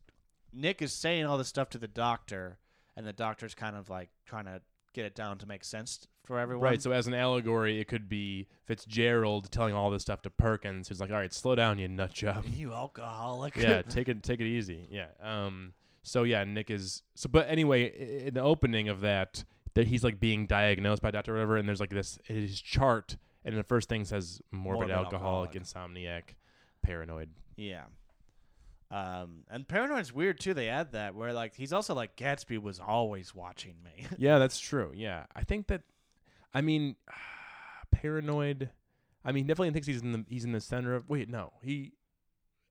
Speaker 1: Nick is saying all this stuff to the doctor, and the doctor's kind of like trying to get it down to make sense for everyone.
Speaker 2: Right. So as an allegory, it could be Fitzgerald telling all this stuff to Perkins, who's like, "All right, slow down, you nut
Speaker 1: <laughs>
Speaker 2: job.
Speaker 1: you alcoholic. <laughs>
Speaker 2: yeah, take it take it easy. Yeah. Um. So yeah, Nick is. So but anyway, i- in the opening of that, that he's like being diagnosed by Doctor whatever, and there's like this his chart, and the first thing says morbid,
Speaker 1: Morbid
Speaker 2: alcoholic,
Speaker 1: alcoholic.
Speaker 2: insomniac, paranoid.
Speaker 1: Yeah. Um, and Paranoid's weird too. They add that where like he's also like Gatsby was always watching me. <laughs>
Speaker 2: yeah, that's true. Yeah, I think that. I mean, <sighs> paranoid. I mean, definitely thinks he's in the he's in the center of. Wait, no, he.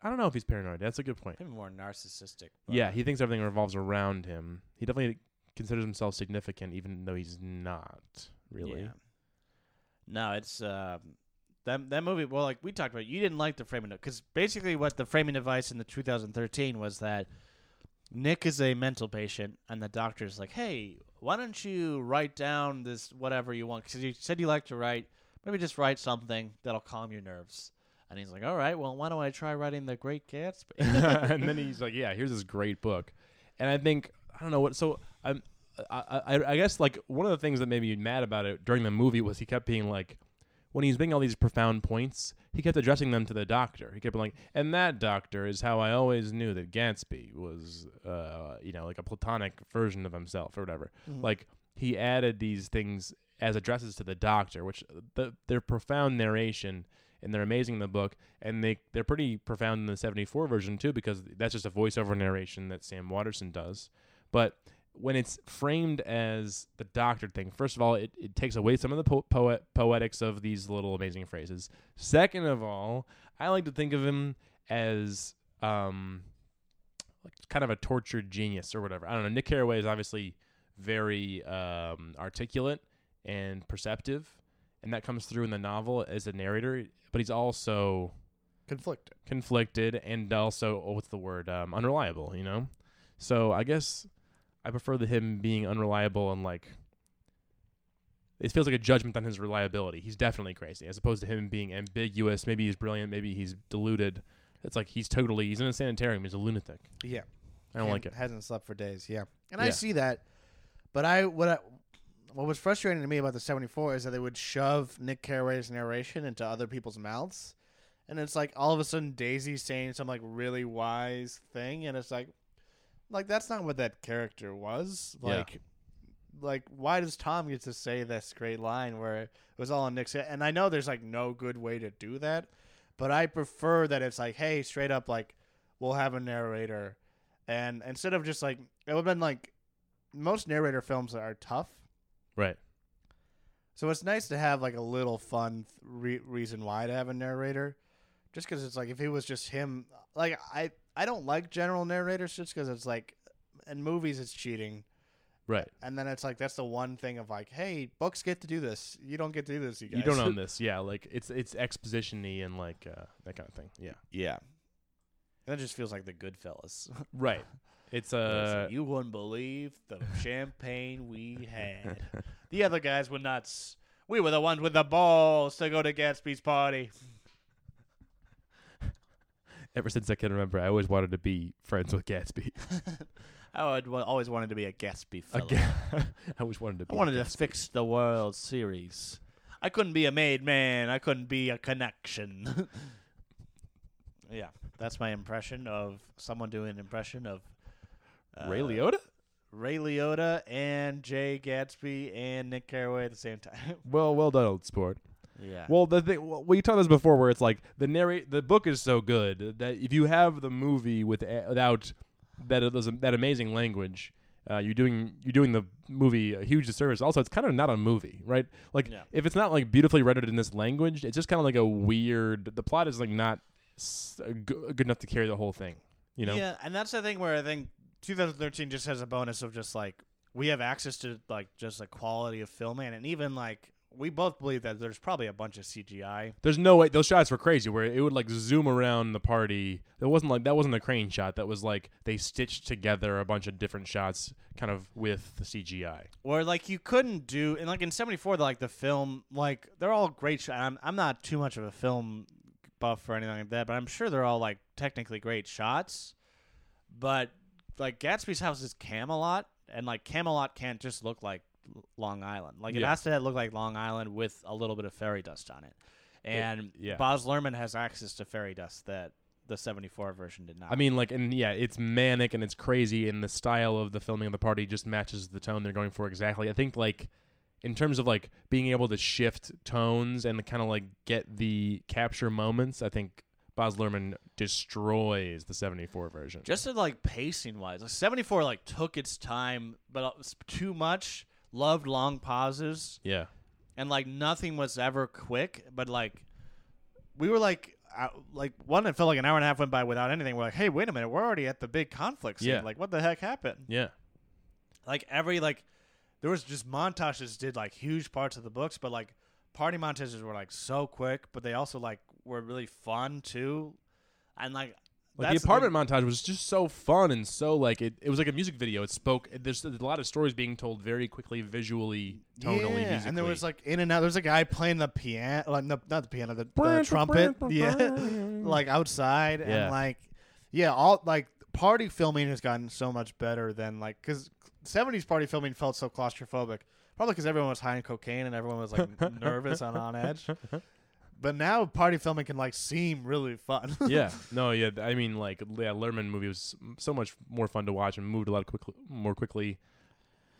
Speaker 2: I don't know if he's paranoid. That's a good point.
Speaker 1: Maybe more narcissistic. but-
Speaker 2: Yeah, he thinks everything revolves around him. He definitely considers himself significant, even though he's not really.
Speaker 1: yeah. No, it's um, that that movie. Well, like we talked about, you didn't like the framing because basically what the framing device in the 2013 was that Nick is a mental patient, and the doctor's like, "Hey, why don't you write down this whatever you want? Because you said you like to write. Maybe just write something that'll calm your nerves." And he's like, "All right, well, why don't I try writing The Great <laughs> Gatsby?"
Speaker 2: and then he's like, "Yeah, here's this great book," and I think I don't know what. So I'm, I, I, I guess like one of the things that made me mad about it during the movie was he kept being like, when he was making all these profound points, he kept addressing them to the doctor. He kept being like, "And that doctor is how I always knew that Gatsby was, uh, you know, like a platonic version of himself or whatever." Like he added these things as addresses to the doctor, which uh, the, their profound narration and they're amazing in the book, and they they're pretty profound in the '74 version too, because that's just a voiceover narration that Sam Watterson does. But when it's framed as the doctor thing, first of all, it, it takes away some of the po- poet poetics of these little amazing phrases. Second of all, I like to think of him as um, like kind of a tortured genius or whatever. I don't know. Nick Carraway is obviously very um, articulate and perceptive, and that comes through in the novel as a narrator. But he's also
Speaker 3: Conflicted.
Speaker 2: conflicted and also oh, what's the word um, unreliable you know so i guess i prefer the him being unreliable and like it feels like a judgment on his reliability he's definitely crazy as opposed to him being ambiguous maybe he's brilliant maybe he's deluded it's like he's totally he's in a sanitarium he's a lunatic
Speaker 3: Yeah,
Speaker 2: i don't like it
Speaker 3: Hasn't slept for days. Yeah, and I
Speaker 2: Yeah.
Speaker 3: see that, but I what I, what was frustrating to me about the '74 is that they would shove Nick Carraway's narration into other people's mouths, and it's like all of a sudden Daisy's saying some like really wise thing, and it's like, like that's not what that character was
Speaker 2: Yeah.
Speaker 3: like. Like, why does Tom get to say this great line where it was all on Nick's? And I know there's like no good way to do that, but I prefer that it's like, hey, straight up, like, we'll have a narrator and instead of just like it would have been like most narrator films are tough
Speaker 2: right
Speaker 3: So it's nice to have like a little fun th- re- reason why to have a narrator, just because it's like if it was just him, like I I don't like general narrators just because it's like in movies it's cheating,
Speaker 2: Right.
Speaker 3: and then it's like that's the one thing of like hey books get to do this, you don't get to do this, you
Speaker 2: <laughs> You
Speaker 3: guys.
Speaker 2: don't own this. Yeah, like it's it's expositiony and like uh, that kind of thing. <laughs> Yeah.
Speaker 3: yeah. That just feels like the Goodfellas. <laughs>
Speaker 2: Right. It's uh
Speaker 1: you wouldn't believe the champagne we had. The other guys were nuts. We were the ones with the balls to go to Gatsby's party.
Speaker 2: ever since I can remember, I always wanted to be friends with Gatsby.
Speaker 1: <laughs> I would, wa- always wanted to be a Gatsby fellow.
Speaker 2: Again, <laughs> I always wanted to be.
Speaker 1: I wanted to fix the World Series. I couldn't be a made man. I couldn't be a connection. <laughs> yeah, that's my impression of someone doing an impression of uh,
Speaker 2: Ray Liotta.
Speaker 1: Ray Liotta and Jay Gatsby and Nick Carraway at the same time.
Speaker 2: Well, well done, old sport.
Speaker 1: <laughs> yeah.
Speaker 2: Well, the thing well, we talked about this before, where it's like the narrate the book is so good that if you have the movie with eh, without that uh, those, that amazing language, uh, you're doing you're doing the movie a huge disservice. Also, it's kind of not a movie, right? Like
Speaker 1: Yeah.
Speaker 2: if it's not like beautifully rendered in this language, it's just kind of like a weird. The plot is like not s- uh, good, good enough to carry the whole thing, you know?
Speaker 1: Yeah, and that's the thing where I think 2013 just has a bonus of just like we have access to like just the quality of filming, and even like we both believe that there's probably a bunch of CGI.
Speaker 2: There's no way those shots were crazy. Where it would like zoom around the party. It wasn't like that wasn't a crane shot. That was like they stitched together a bunch of different shots, kind of with the CGI.
Speaker 1: Or like you couldn't do, and like in '74, like the film, like they're all great. Shot. I'm I'm not too much of a film buff or anything like that, but I'm sure they're all like technically great shots. But like Gatsby's house is Camelot, and like Camelot can't just look like L- Long Island. Like it
Speaker 2: Yeah.
Speaker 1: has to look like Long Island with a little bit of fairy dust on it. And
Speaker 2: yeah.
Speaker 1: Boz Lerman has access to fairy dust that the '74 version did not.
Speaker 2: I mean, like, and yeah, it's manic and it's crazy, and the style of the filming of the party just matches the tone they're going for exactly. I think, like, in terms of like being able to shift tones and kind of like get the capture moments, I think Boz Luhrmann destroys the '74 version.
Speaker 1: just in, like pacing wise like 74 like took its time but uh, s- too much loved long pauses
Speaker 2: yeah,
Speaker 1: and like nothing was ever quick but like we were like uh, like one it felt like an hour and a half went by without anything we're like hey wait a minute we're already at the big conflict scene.
Speaker 2: Yeah.
Speaker 1: like what the heck happened
Speaker 2: yeah,
Speaker 1: like every like there was just montages did like huge parts of the books but like party montages were like so quick but they also like were really fun too and like
Speaker 2: like the
Speaker 1: that's thing-
Speaker 2: apartment montage was just so fun and so like it, it was like a music video. It spoke. There's a lot of stories being told very quickly, visually, tonally, musically.
Speaker 3: and there was like in and out. There's a guy playing the piano, like no, not the piano, the, the trumpet. Yeah, <laughs> like outside
Speaker 2: Yeah.
Speaker 3: and like yeah, all like party filming has gotten so much better than like because '70s party filming felt so claustrophobic, probably because everyone was high on cocaine and everyone
Speaker 2: <laughs>
Speaker 3: was like nervous and on edge. But now party filming can like seem really fun. <laughs>
Speaker 2: yeah. <laughs> No, yeah. th- I mean, like, yeah, Lerman movie was m- so much more fun to watch and moved a lot quickly, more quickly.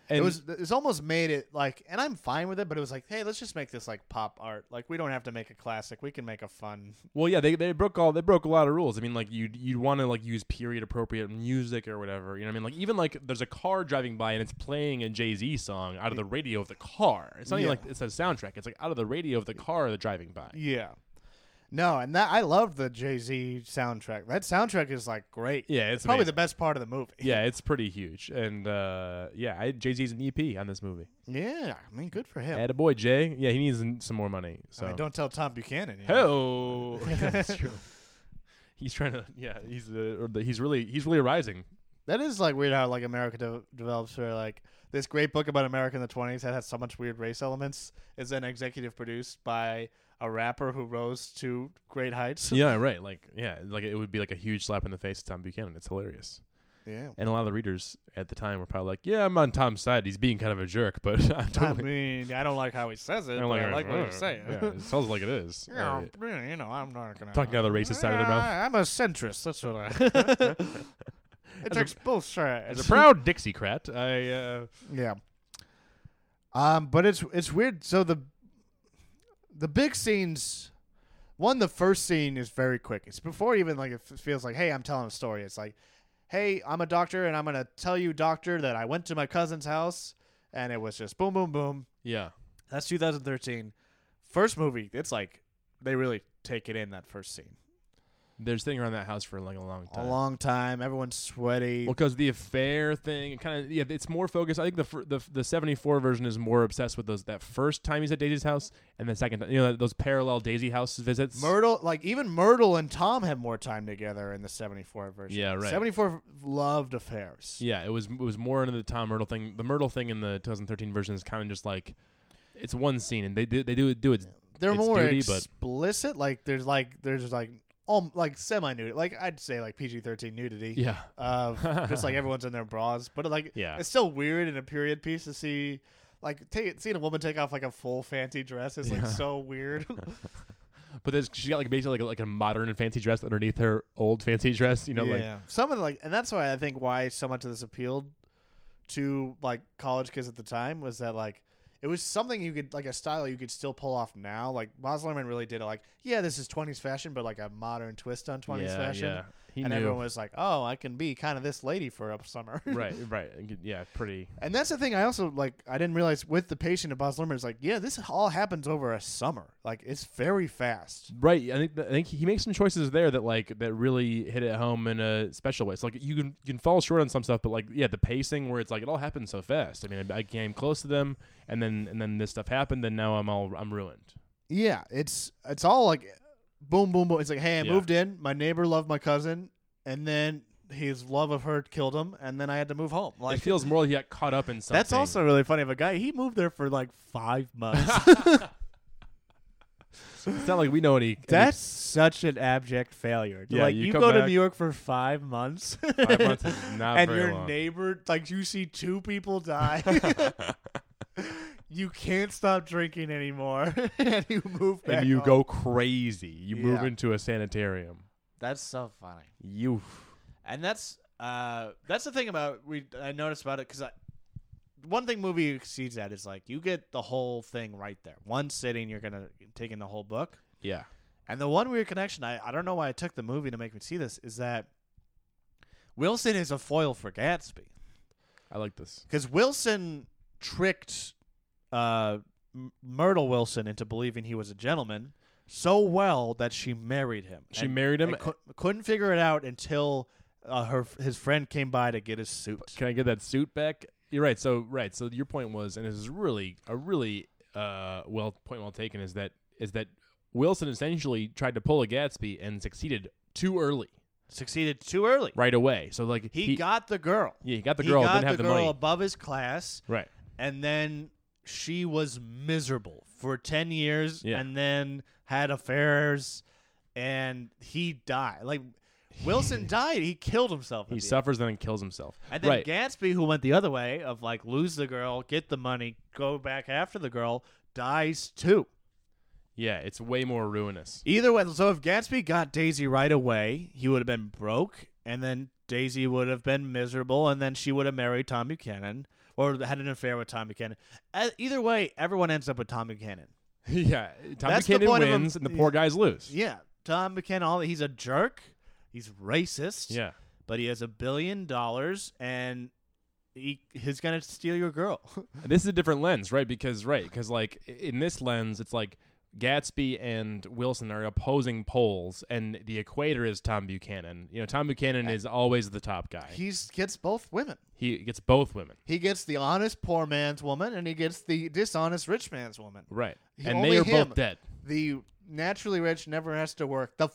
Speaker 2: And
Speaker 3: it was it's almost made it like and i'm fine with it but it was like hey let's just make this like pop art like we don't have to make a classic we can make a fun
Speaker 2: well, yeah, they, they broke all they broke a lot of rules. I mean, like you you'd want to like use period appropriate music or whatever. You know what I mean? Like even like there's a car driving by and it's playing a Jay Z song out of the radio of the car. It's not even
Speaker 3: Yeah.
Speaker 2: like it's a soundtrack. It's like out of the radio of the car they're driving by.
Speaker 3: yeah no and that i love the jay-z soundtrack that soundtrack is like great
Speaker 2: Yeah, it's
Speaker 3: probably
Speaker 2: amazing.
Speaker 3: the best part of the movie
Speaker 2: Yeah, it's pretty huge. And uh, yeah, Jay Z's an EP on this movie.
Speaker 3: <laughs> yeah i mean good for him
Speaker 2: Attaboy boy, Jay. Yeah, he needs n- some more money. So
Speaker 3: I mean, don't tell tom buchanan you know? <laughs>
Speaker 2: Oh, that's true. <laughs> He's trying to, yeah. He's uh, or the, he's really he's really rising.
Speaker 3: that is like weird how like america de- develops where like this great book about america in the 20s that has so much weird race elements is then executive produced by a rapper who rose to great heights
Speaker 2: Yeah, right. Like yeah, like it would be like a huge slap in the face to Tom Buchanan. It's hilarious.
Speaker 3: <laughs> <laughs> yeah.
Speaker 2: And a lot of the readers at the time were probably like, "Yeah, I'm on Tom's side. He's being kind of a jerk, but <laughs> I'm
Speaker 3: I
Speaker 2: totally."
Speaker 3: mean, I don't like how he says it,
Speaker 2: I'm
Speaker 3: but
Speaker 2: like,
Speaker 3: I like what he's
Speaker 2: "Uh,
Speaker 3: saying.
Speaker 2: Yeah, it sounds like it is.
Speaker 3: <laughs> Yeah,
Speaker 2: Uh,
Speaker 3: yeah, you know, I'm not gonna
Speaker 2: Talking out of the racist side of their
Speaker 3: <laughs>
Speaker 2: mouth.
Speaker 3: I, am a centrist. That's
Speaker 2: <laughs>
Speaker 3: what I. <laughs> it takes both
Speaker 2: As
Speaker 3: sides.
Speaker 2: a proud Dixiecrat, I uh,
Speaker 3: <laughs> yeah. Um, but it's it's weird. So the the big scenes, one the first scene is very quick. It's before even like it f- feels like, hey, I'm telling a story. It's like, hey, I'm a doctor, and I'm gonna tell you, doctor, that I went to my cousin's house, and it was just boom, boom, boom.
Speaker 2: yeah.
Speaker 1: That's 2013. First movie. It's like they really take it in that first scene.
Speaker 2: They're sitting around that house for like a long
Speaker 3: A
Speaker 2: time.
Speaker 3: long time. Everyone's sweaty.
Speaker 2: Well, because the affair thing, kind of, yeah, it's more focused. I think the fir- the the seventy four version is more obsessed with those that first time he's at Daisy's house and the second, time, you know, those parallel Daisy house visits.
Speaker 3: Myrtle, like even Myrtle and Tom had more time together in the '74 version.
Speaker 2: Yeah, right.
Speaker 3: '74 loved affairs.
Speaker 2: yeah, it was it was more into the Tom Myrtle thing. The Myrtle thing in the 2013 version is kind of just like it's one scene and they do they do do it.
Speaker 3: They're
Speaker 2: it's
Speaker 3: more
Speaker 2: dirty, but
Speaker 3: explicit. Like there's like there's like um like semi nudity. Like I'd say like PG-13 nudity.
Speaker 2: yeah, <laughs>
Speaker 3: Of just like everyone's in their bras, but like
Speaker 2: Yeah.
Speaker 3: it's still weird in a period piece to see. Like take, seeing a woman take off like a full fancy dress is like
Speaker 2: <laughs>
Speaker 3: so weird.
Speaker 2: but there's, she got like basically like a, like a modern fancy dress underneath her old fancy dress. You know, like
Speaker 3: some of the, like, and that's why I think why so much of this appealed to like college kids at the time was that like it was something you could like a style you could still pull off now. Like Boz Lerman really did it. Like yeah, this is 20s fashion, but like a modern twist on 20s
Speaker 2: yeah,
Speaker 3: fashion.
Speaker 2: yeah. He
Speaker 3: and
Speaker 2: knew.
Speaker 3: everyone was like, "Oh, I can be kind of this lady for a summer." <laughs>
Speaker 2: right, right, yeah, pretty.
Speaker 3: and that's the thing. I also like. I didn't realize with the patient of Boz Lerman is like, yeah, this all happens over a summer. Like it's very fast.
Speaker 2: Right. I think I think he makes some choices there that like that really hit it home in a special way. So like you can you can fall short on some stuff, but like yeah, the pacing where it's like it all happened so fast. I mean, I, I came close to them, and then and then this stuff happened, and now I'm all I'm ruined.
Speaker 3: Yeah, it's it's all like boom, boom, boom. It's like, hey, I
Speaker 2: Yeah.
Speaker 3: moved in. My neighbor loved my cousin, and then his love of her killed him, and then I had to move home. Like
Speaker 2: it feels more like he got caught up in something.
Speaker 3: that's also really funny of a guy. He moved there for like five months.
Speaker 2: <laughs> it's not like we know any.
Speaker 1: That's such an abject failure.
Speaker 2: <laughs> Yeah,
Speaker 1: like
Speaker 2: you
Speaker 1: you,
Speaker 2: come
Speaker 1: go to
Speaker 2: back-
Speaker 1: New York for
Speaker 2: <laughs>
Speaker 1: five months,
Speaker 2: any- five months is not
Speaker 3: and
Speaker 2: very
Speaker 3: your
Speaker 2: long.
Speaker 3: neighbor, like you see two
Speaker 2: <laughs>
Speaker 3: people
Speaker 1: <laughs>
Speaker 3: die. you can't stop drinking
Speaker 1: <laughs>
Speaker 3: anymore, and you move back.
Speaker 2: and you
Speaker 3: home.
Speaker 2: go crazy. You move
Speaker 3: Yeah.
Speaker 2: into a sanitarium.
Speaker 1: that's so funny.
Speaker 2: You.
Speaker 1: And that's uh, that's the thing about we I noticed about it because I one thing movie exceeds that is like you get the whole thing right there. One sitting, you're gonna take in the whole book.
Speaker 2: Yeah.
Speaker 1: And the one weird connection, I, I don't know why I took the movie to make me see this, is that Wilson is a foil for Gatsby.
Speaker 2: I like this.
Speaker 1: Because Wilson tricked uh, M- Myrtle Wilson into believing he was a gentleman so well that she married him.
Speaker 2: She married him.
Speaker 1: and cou- couldn't figure it out until uh, her his friend came by to get his suit.
Speaker 2: Can I get that suit back? You're right. So right. So your point was, and this is really a really uh well point well taken is that is that Wilson essentially tried to pull a Gatsby and succeeded too early
Speaker 1: Succeeded too early.
Speaker 2: right away. So like
Speaker 1: He, got the girl.
Speaker 2: yeah he got the
Speaker 1: He
Speaker 2: girl
Speaker 1: got
Speaker 2: didn't have the,
Speaker 1: girl
Speaker 2: money
Speaker 1: above his class,
Speaker 2: right
Speaker 1: and then she was miserable for ten years,
Speaker 2: Yeah.
Speaker 1: and then had affairs, and he died. Like Wilson died. He killed himself. at
Speaker 2: he
Speaker 1: the end.
Speaker 2: suffers and then kills himself
Speaker 1: And then
Speaker 2: right
Speaker 1: Gatsby, who went the other way of like lose the girl, get the money, go back after the girl, dies too.
Speaker 2: yeah it's way more ruinous <laughs>
Speaker 1: Either way, so if Gatsby got Daisy right away, he would have been broke, and then Daisy would have been miserable, and then she would have married Tom Buchanan or had an affair with Tom Buchanan. E- Either way, everyone ends up with Tom Buchanan.
Speaker 2: yeah Tom
Speaker 1: That's the
Speaker 2: Buchanan
Speaker 1: point of him-
Speaker 2: wins and the poor guys lose
Speaker 1: Yeah, Tom Buchanan. All he's a jerk. He's racist.
Speaker 2: yeah
Speaker 1: but he has a billion dollars, and he he's gonna steal your girl. <laughs>
Speaker 2: this is a different lens, right? Because right, because like i- in this lens, it's like Gatsby and Wilson are opposing poles, and the equator is Tom Buchanan. You know, Tom Buchanan is always the top guy.
Speaker 3: He gets both women.
Speaker 2: He gets both women,
Speaker 3: He gets the honest poor man's woman, and he gets the dishonest rich man's woman.
Speaker 2: right?
Speaker 3: He-
Speaker 2: And
Speaker 3: only
Speaker 2: they are
Speaker 3: him.
Speaker 2: both dead.
Speaker 3: the naturally rich never has to work. The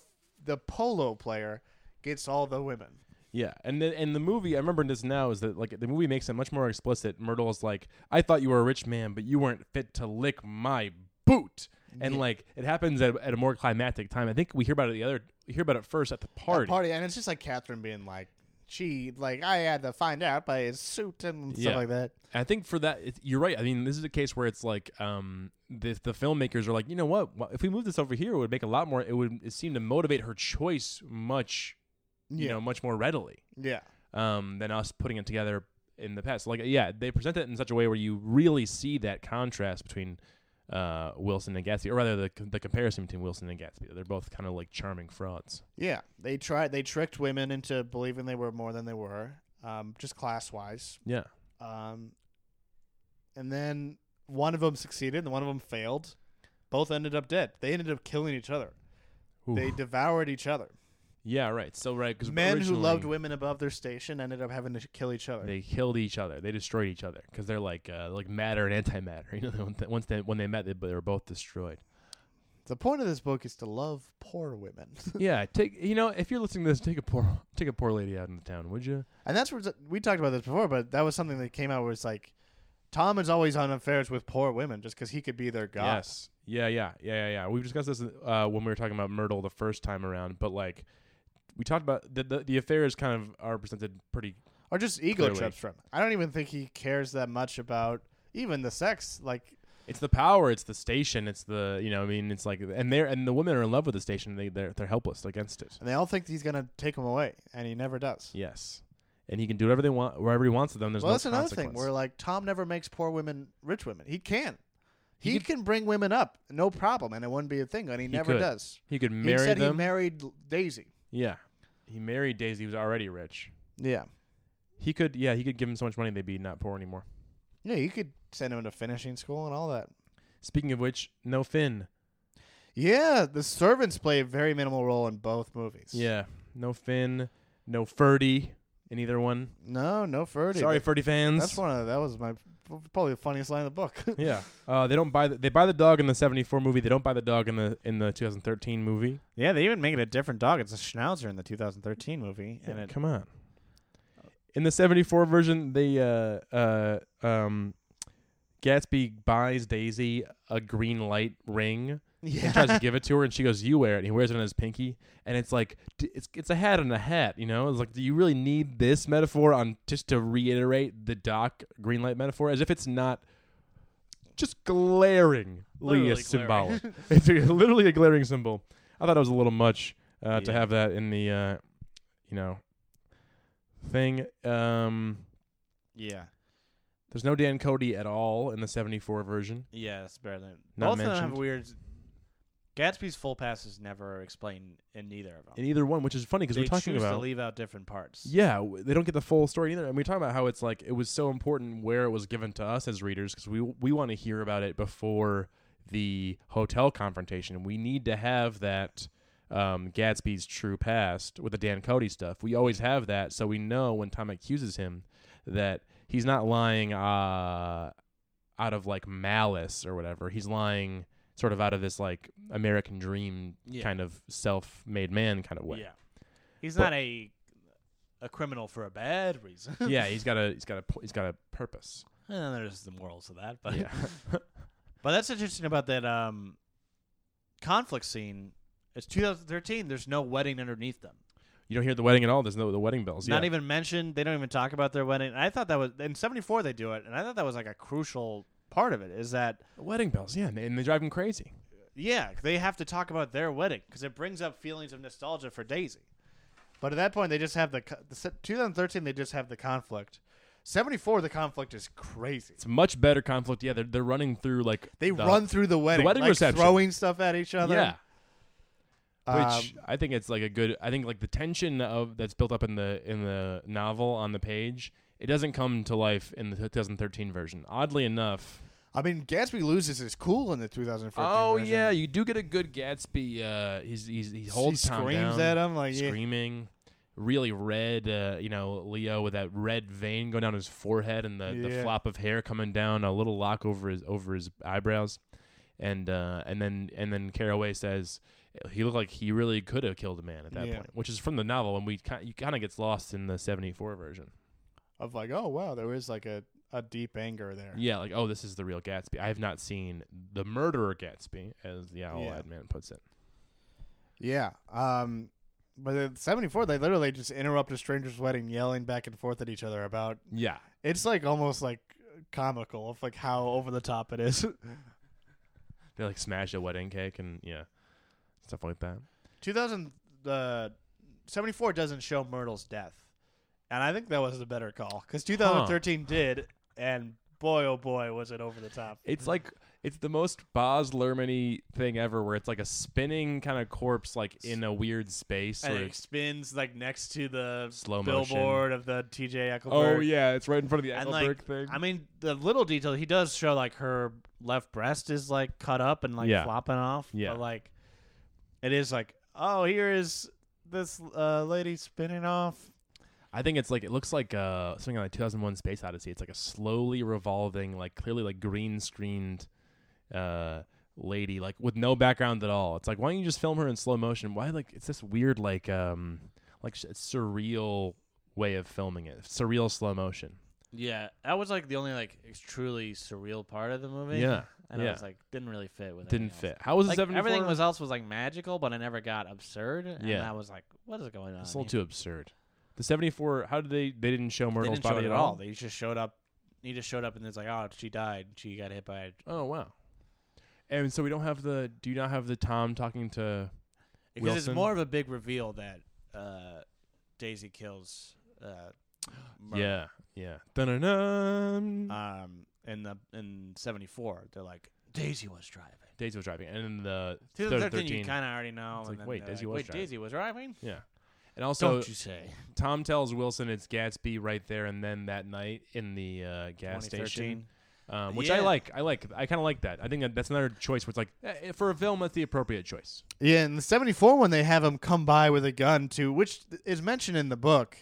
Speaker 3: the polo player gets all the women.
Speaker 2: Yeah, and the, and the movie I remember this now is that like the movie makes it much more explicit. Myrtle is like, I thought you were a rich man, but you weren't fit to lick my boot. And like it happens at, at a more climactic time. I think we hear about it the other we hear about it first at the
Speaker 3: Party. party, and it's just like Catherine being like, "She like I had to find out by his suit and stuff
Speaker 2: Yeah.
Speaker 3: like that."
Speaker 2: I think for that, it, you're right. I mean, this is a case where it's like um, the the filmmakers are like, you know what? Wh- If we move this over here, it would make a lot more. It would it seem to motivate her choice much, you
Speaker 3: Yeah.
Speaker 2: know, much more readily
Speaker 3: Yeah,
Speaker 2: um, than us putting it together in the past. Like, yeah, they present it in such a way where you really see that contrast between uh, Wilson and Gatsby, or rather, the the comparison between Wilson and Gatsby. They're both kind of like charming frauds.
Speaker 3: yeah. They tried. They tricked women into believing they were more than they were, um, just class wise.
Speaker 2: Yeah.
Speaker 3: Um, and then one of them succeeded and one of them failed. Both ended up dead. They ended up killing each other. They devoured each other.
Speaker 2: Yeah, right. So right because
Speaker 3: Men who loved women above their station ended up having to sh- kill each other.
Speaker 2: they killed each other. They destroyed each other because they're like uh, like matter and antimatter. <laughs> You know, once they when they met, they, they were both
Speaker 3: <laughs>
Speaker 2: destroyed.
Speaker 3: the point of this book is to love poor women,
Speaker 2: yeah, take you know if you're listening to this, take a poor take a poor lady out in the town, would you?
Speaker 3: and that's where we talked about this before. But that was something that came out where it's like, Tom is always on affairs with poor women just because he could be their god.
Speaker 2: Yes. Yeah, yeah, yeah, yeah, yeah. We've discussed this uh, when we were talking about Myrtle the first time around, but like we talked about the the, the affairs kind of are presented pretty.
Speaker 3: or just ego
Speaker 2: Clearly.
Speaker 3: trips from. him. I don't even think he cares that much about even the sex. Like
Speaker 2: It's the power, it's the station, it's the you know I mean it's like and they're and the women are in love with the station. They they're they're helpless against it.
Speaker 3: and they all think he's gonna take them away, and he never does.
Speaker 2: Yes, and he can do whatever they want wherever he wants to them. There's
Speaker 3: well,
Speaker 2: no
Speaker 3: that's another thing
Speaker 2: consequence.
Speaker 3: where like Tom never makes poor women rich women. He can. He, can bring women up, no problem, and it wouldn't be a thing, and he, never
Speaker 2: could.
Speaker 3: does.
Speaker 2: He could
Speaker 3: he
Speaker 2: marry
Speaker 3: said
Speaker 2: them.
Speaker 3: he married L- Daisy.
Speaker 2: yeah, he married Daisy, who's already rich.
Speaker 3: Yeah.
Speaker 2: He could, yeah, he could give him so much money they'd be not poor anymore.
Speaker 3: Yeah, you could send him to finishing school and all that.
Speaker 2: Speaking of which, no Finn.
Speaker 3: Yeah, the servants play a very minimal role in both movies.
Speaker 2: Yeah, no Finn, no Ferdy in either one.
Speaker 3: No, no Ferdy.
Speaker 2: Sorry, Ferdy fans.
Speaker 3: That's one of that was my probably the funniest line in the book. <laughs>
Speaker 2: Yeah, uh, they don't buy the, they buy the dog in the '74 movie. They don't buy the dog in the in the 2013 movie.
Speaker 1: Yeah, they even make it a different dog. It's a Schnauzer in the 2013 movie, and it,
Speaker 2: Come on. In the '74 version, they uh, uh, um, Gatsby buys Daisy a green light ring.
Speaker 3: yeah.
Speaker 2: and tries to give it to her, and she goes, "You wear it." And he wears it on his pinky, and it's like d- it's it's a hat and a hat, you know. It's like, do you really need this metaphor on just to reiterate the Doc green light metaphor, as if it's not just glaringly
Speaker 1: Literally
Speaker 2: a symbolic? <laughs> it's a, literally a glaring symbol. I thought it was a little much uh, to
Speaker 1: Yeah.
Speaker 2: have that in the uh, you know thing. Um,
Speaker 1: yeah,
Speaker 2: there's no Dan Cody at all in the '74 version.
Speaker 1: yeah, it's better than
Speaker 2: Not
Speaker 1: both of them
Speaker 2: mentioned.
Speaker 1: have weird. Gatsby's full pass is never explained in either of them.
Speaker 2: In either one, which is funny because
Speaker 1: they
Speaker 2: we're talking
Speaker 1: choose
Speaker 2: about
Speaker 1: to leave out different parts.
Speaker 2: Yeah, w- they don't get the full story either. And we talk about how it's like it was so important where it was given to us as readers because we we want to hear about it before the hotel confrontation. We need to have that um, Gatsby's true past with the Dan Cody stuff. We always have that, so we know when Tom accuses him that he's not lying uh, out of like malice or whatever. He's lying sort of out of this like American dream
Speaker 1: Yeah.
Speaker 2: kind of self-made man kind of way.
Speaker 1: Yeah, he's
Speaker 2: But-
Speaker 1: not a a criminal for a bad reason. <laughs>
Speaker 2: yeah, he's got a he's got a pl- he's got a purpose.
Speaker 1: and there's the morals of that, but <laughs>
Speaker 2: <laughs>
Speaker 1: but that's interesting about that um conflict scene. It's 2013. There's no wedding underneath them.
Speaker 2: you don't hear the wedding at all. There's no the wedding bells.
Speaker 1: Not
Speaker 2: yeah.
Speaker 1: even mentioned. They don't even talk about their wedding. And I thought that was in '74 they do it, and I thought that was like a crucial part of it. Is that
Speaker 2: The wedding bells. Yeah, and they, and they drive him crazy.
Speaker 1: yeah, they have to talk about their wedding because it brings up feelings of nostalgia for Daisy.
Speaker 3: But at that point, they just have the, co- the se- 2013. They just have the conflict. 74. The conflict is crazy.
Speaker 2: It's much better conflict. Yeah, they're they're running through like
Speaker 3: They
Speaker 2: the-
Speaker 3: run through the wedding,
Speaker 2: wedding
Speaker 3: like
Speaker 2: reception.
Speaker 3: throwing stuff at each other.
Speaker 2: Yeah.
Speaker 3: Um,
Speaker 2: Which I think it's like a good. I think like the tension of that's built up in the in the novel on the page. It doesn't come to life in the 2013 version. Oddly enough.
Speaker 3: I mean, Gatsby loses his cool in the 2015.
Speaker 1: Oh,
Speaker 3: version.
Speaker 2: Oh, you do get a good Gatsby. Uh, he's, he's he holds
Speaker 3: he
Speaker 2: Tom
Speaker 3: screams
Speaker 2: down.
Speaker 3: at him like Oh, yeah.
Speaker 2: screaming. Really red, uh, you know, Leo with that red vein going down his forehead and the, the
Speaker 3: Yeah.
Speaker 2: flop of hair coming down, a little lock over his over his eyebrows, and uh, and then and then Caraway says he looked like he really could have killed a man at that
Speaker 3: Yeah.
Speaker 2: point, which is from the novel, and we kind you kind of gets lost in the seventy four version.
Speaker 3: of like, oh wow, there is like a, a deep anger there.
Speaker 2: Yeah, like oh, this is the real Gatsby. I have not seen the murderer Gatsby, as the owl
Speaker 3: Yeah.
Speaker 2: eyed man puts it.
Speaker 3: Yeah. Um, but in 74, they literally just interrupt a stranger's wedding, yelling back and forth at each other about.
Speaker 2: Yeah,
Speaker 3: It's like almost like comical of like how over the top it is. <laughs>
Speaker 2: they like smash a wedding cake and yeah, stuff like that.
Speaker 3: 2000 uh, 74 doesn't show Myrtle's death. And I think that was the better call cuz 2013 did and boy oh boy was it over the top.
Speaker 1: Mm-hmm.
Speaker 2: It's like It's the most Boz Lermany thing ever, where it's like a spinning kind of corpse, like in a weird space.
Speaker 1: And
Speaker 2: where
Speaker 1: it
Speaker 2: it's-
Speaker 1: spins like next to the
Speaker 2: Slow motion.
Speaker 1: billboard of the TJ Eichelberg.
Speaker 2: oh yeah, it's right in front of the
Speaker 1: And
Speaker 2: Engelberg
Speaker 1: like,
Speaker 2: thing.
Speaker 1: I mean, the little detail he does show like her left breast is like cut up and like
Speaker 2: Yeah.
Speaker 1: flopping off.
Speaker 2: Yeah.
Speaker 1: But like, it is like, oh, here is this uh, lady spinning off.
Speaker 2: I think it's like it looks like uh, something like 2001: Space Odyssey. It's like a slowly revolving, like clearly like green screened uh, lady, like with no background at all. It's like why don't you just film her in slow motion? Why like it's this weird like um like s- surreal way of filming it, surreal slow motion.
Speaker 1: Yeah, that was like the only like ex- truly surreal part of the movie.
Speaker 2: Yeah,
Speaker 1: and
Speaker 2: yeah.
Speaker 1: I was like, didn't really fit with.
Speaker 2: Didn't
Speaker 1: anything
Speaker 2: fit.
Speaker 1: else.
Speaker 2: How was
Speaker 1: Like,
Speaker 2: it? 74?
Speaker 1: everything was else was like magical, but it never got absurd. And
Speaker 2: Yeah.
Speaker 1: I was like, what is going on?
Speaker 2: It's a little too
Speaker 1: here?
Speaker 2: absurd. The 74. How did they? They didn't show
Speaker 1: They
Speaker 2: Myrtle's
Speaker 1: didn't show
Speaker 2: body
Speaker 1: it
Speaker 2: at all.
Speaker 1: They just showed up. He just showed up and it's like, oh, she died. She got hit by. A...
Speaker 2: oh wow. And so we don't have the. Do you not have the Tom talking to?
Speaker 1: Because
Speaker 2: Wilson?
Speaker 1: it's more of a big reveal that uh, Daisy kills. Uh, Myrtle.
Speaker 2: Yeah. Yeah. Dun-dun-dun.
Speaker 1: Um, in the in '74, they're like Daisy was driving.
Speaker 2: Daisy was driving, and then the
Speaker 1: 2013,
Speaker 2: 2013.
Speaker 1: you kind of already know.
Speaker 2: It's like,
Speaker 1: and then
Speaker 2: wait,
Speaker 1: they're
Speaker 2: Daisy
Speaker 1: like,
Speaker 2: was
Speaker 1: wait,
Speaker 2: driving.
Speaker 1: Daisy was driving. uh,
Speaker 2: yeah, and also
Speaker 1: Don't you say?
Speaker 2: Tom tells Wilson it's Gatsby right there, and then that night in the uh, gas station,
Speaker 1: 2013.
Speaker 2: um, which I
Speaker 1: Yeah.
Speaker 2: like. I like. I kind of like that. I think that that's another choice where it's like eh, eh, for a film, that's the appropriate choice.
Speaker 3: Yeah, in the 74 when they have him come by with a gun too, which is mentioned in the book.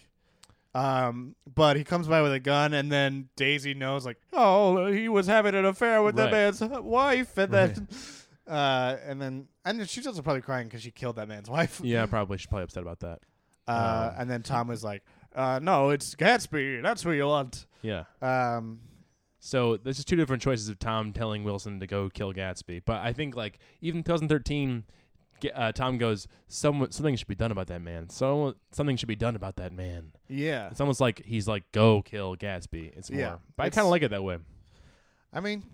Speaker 3: Um, but he comes by with a gun and then Daisy knows like, "Oh, he was having an affair with
Speaker 2: Right.
Speaker 3: that man's <laughs> wife." And then <laughs> uh and then and then she's also probably crying cuz she killed that man's wife.
Speaker 2: Yeah, probably should probably upset about that.
Speaker 3: Uh and then Tom was like, "Uh no, it's Gatsby. That's who you want."
Speaker 2: Yeah.
Speaker 3: Um
Speaker 2: So this is two different choices of Tom telling Wilson to go kill Gatsby, but I think like even 2013, Ga- uh, Tom goes, "Someone, something should be done about that man. So something should be done about that man."
Speaker 3: yeah.
Speaker 2: It's almost like he's like, "Go kill Gatsby." It's more,
Speaker 3: Yeah,
Speaker 2: but I
Speaker 3: it's-
Speaker 2: kind of like it that way.
Speaker 3: I mean,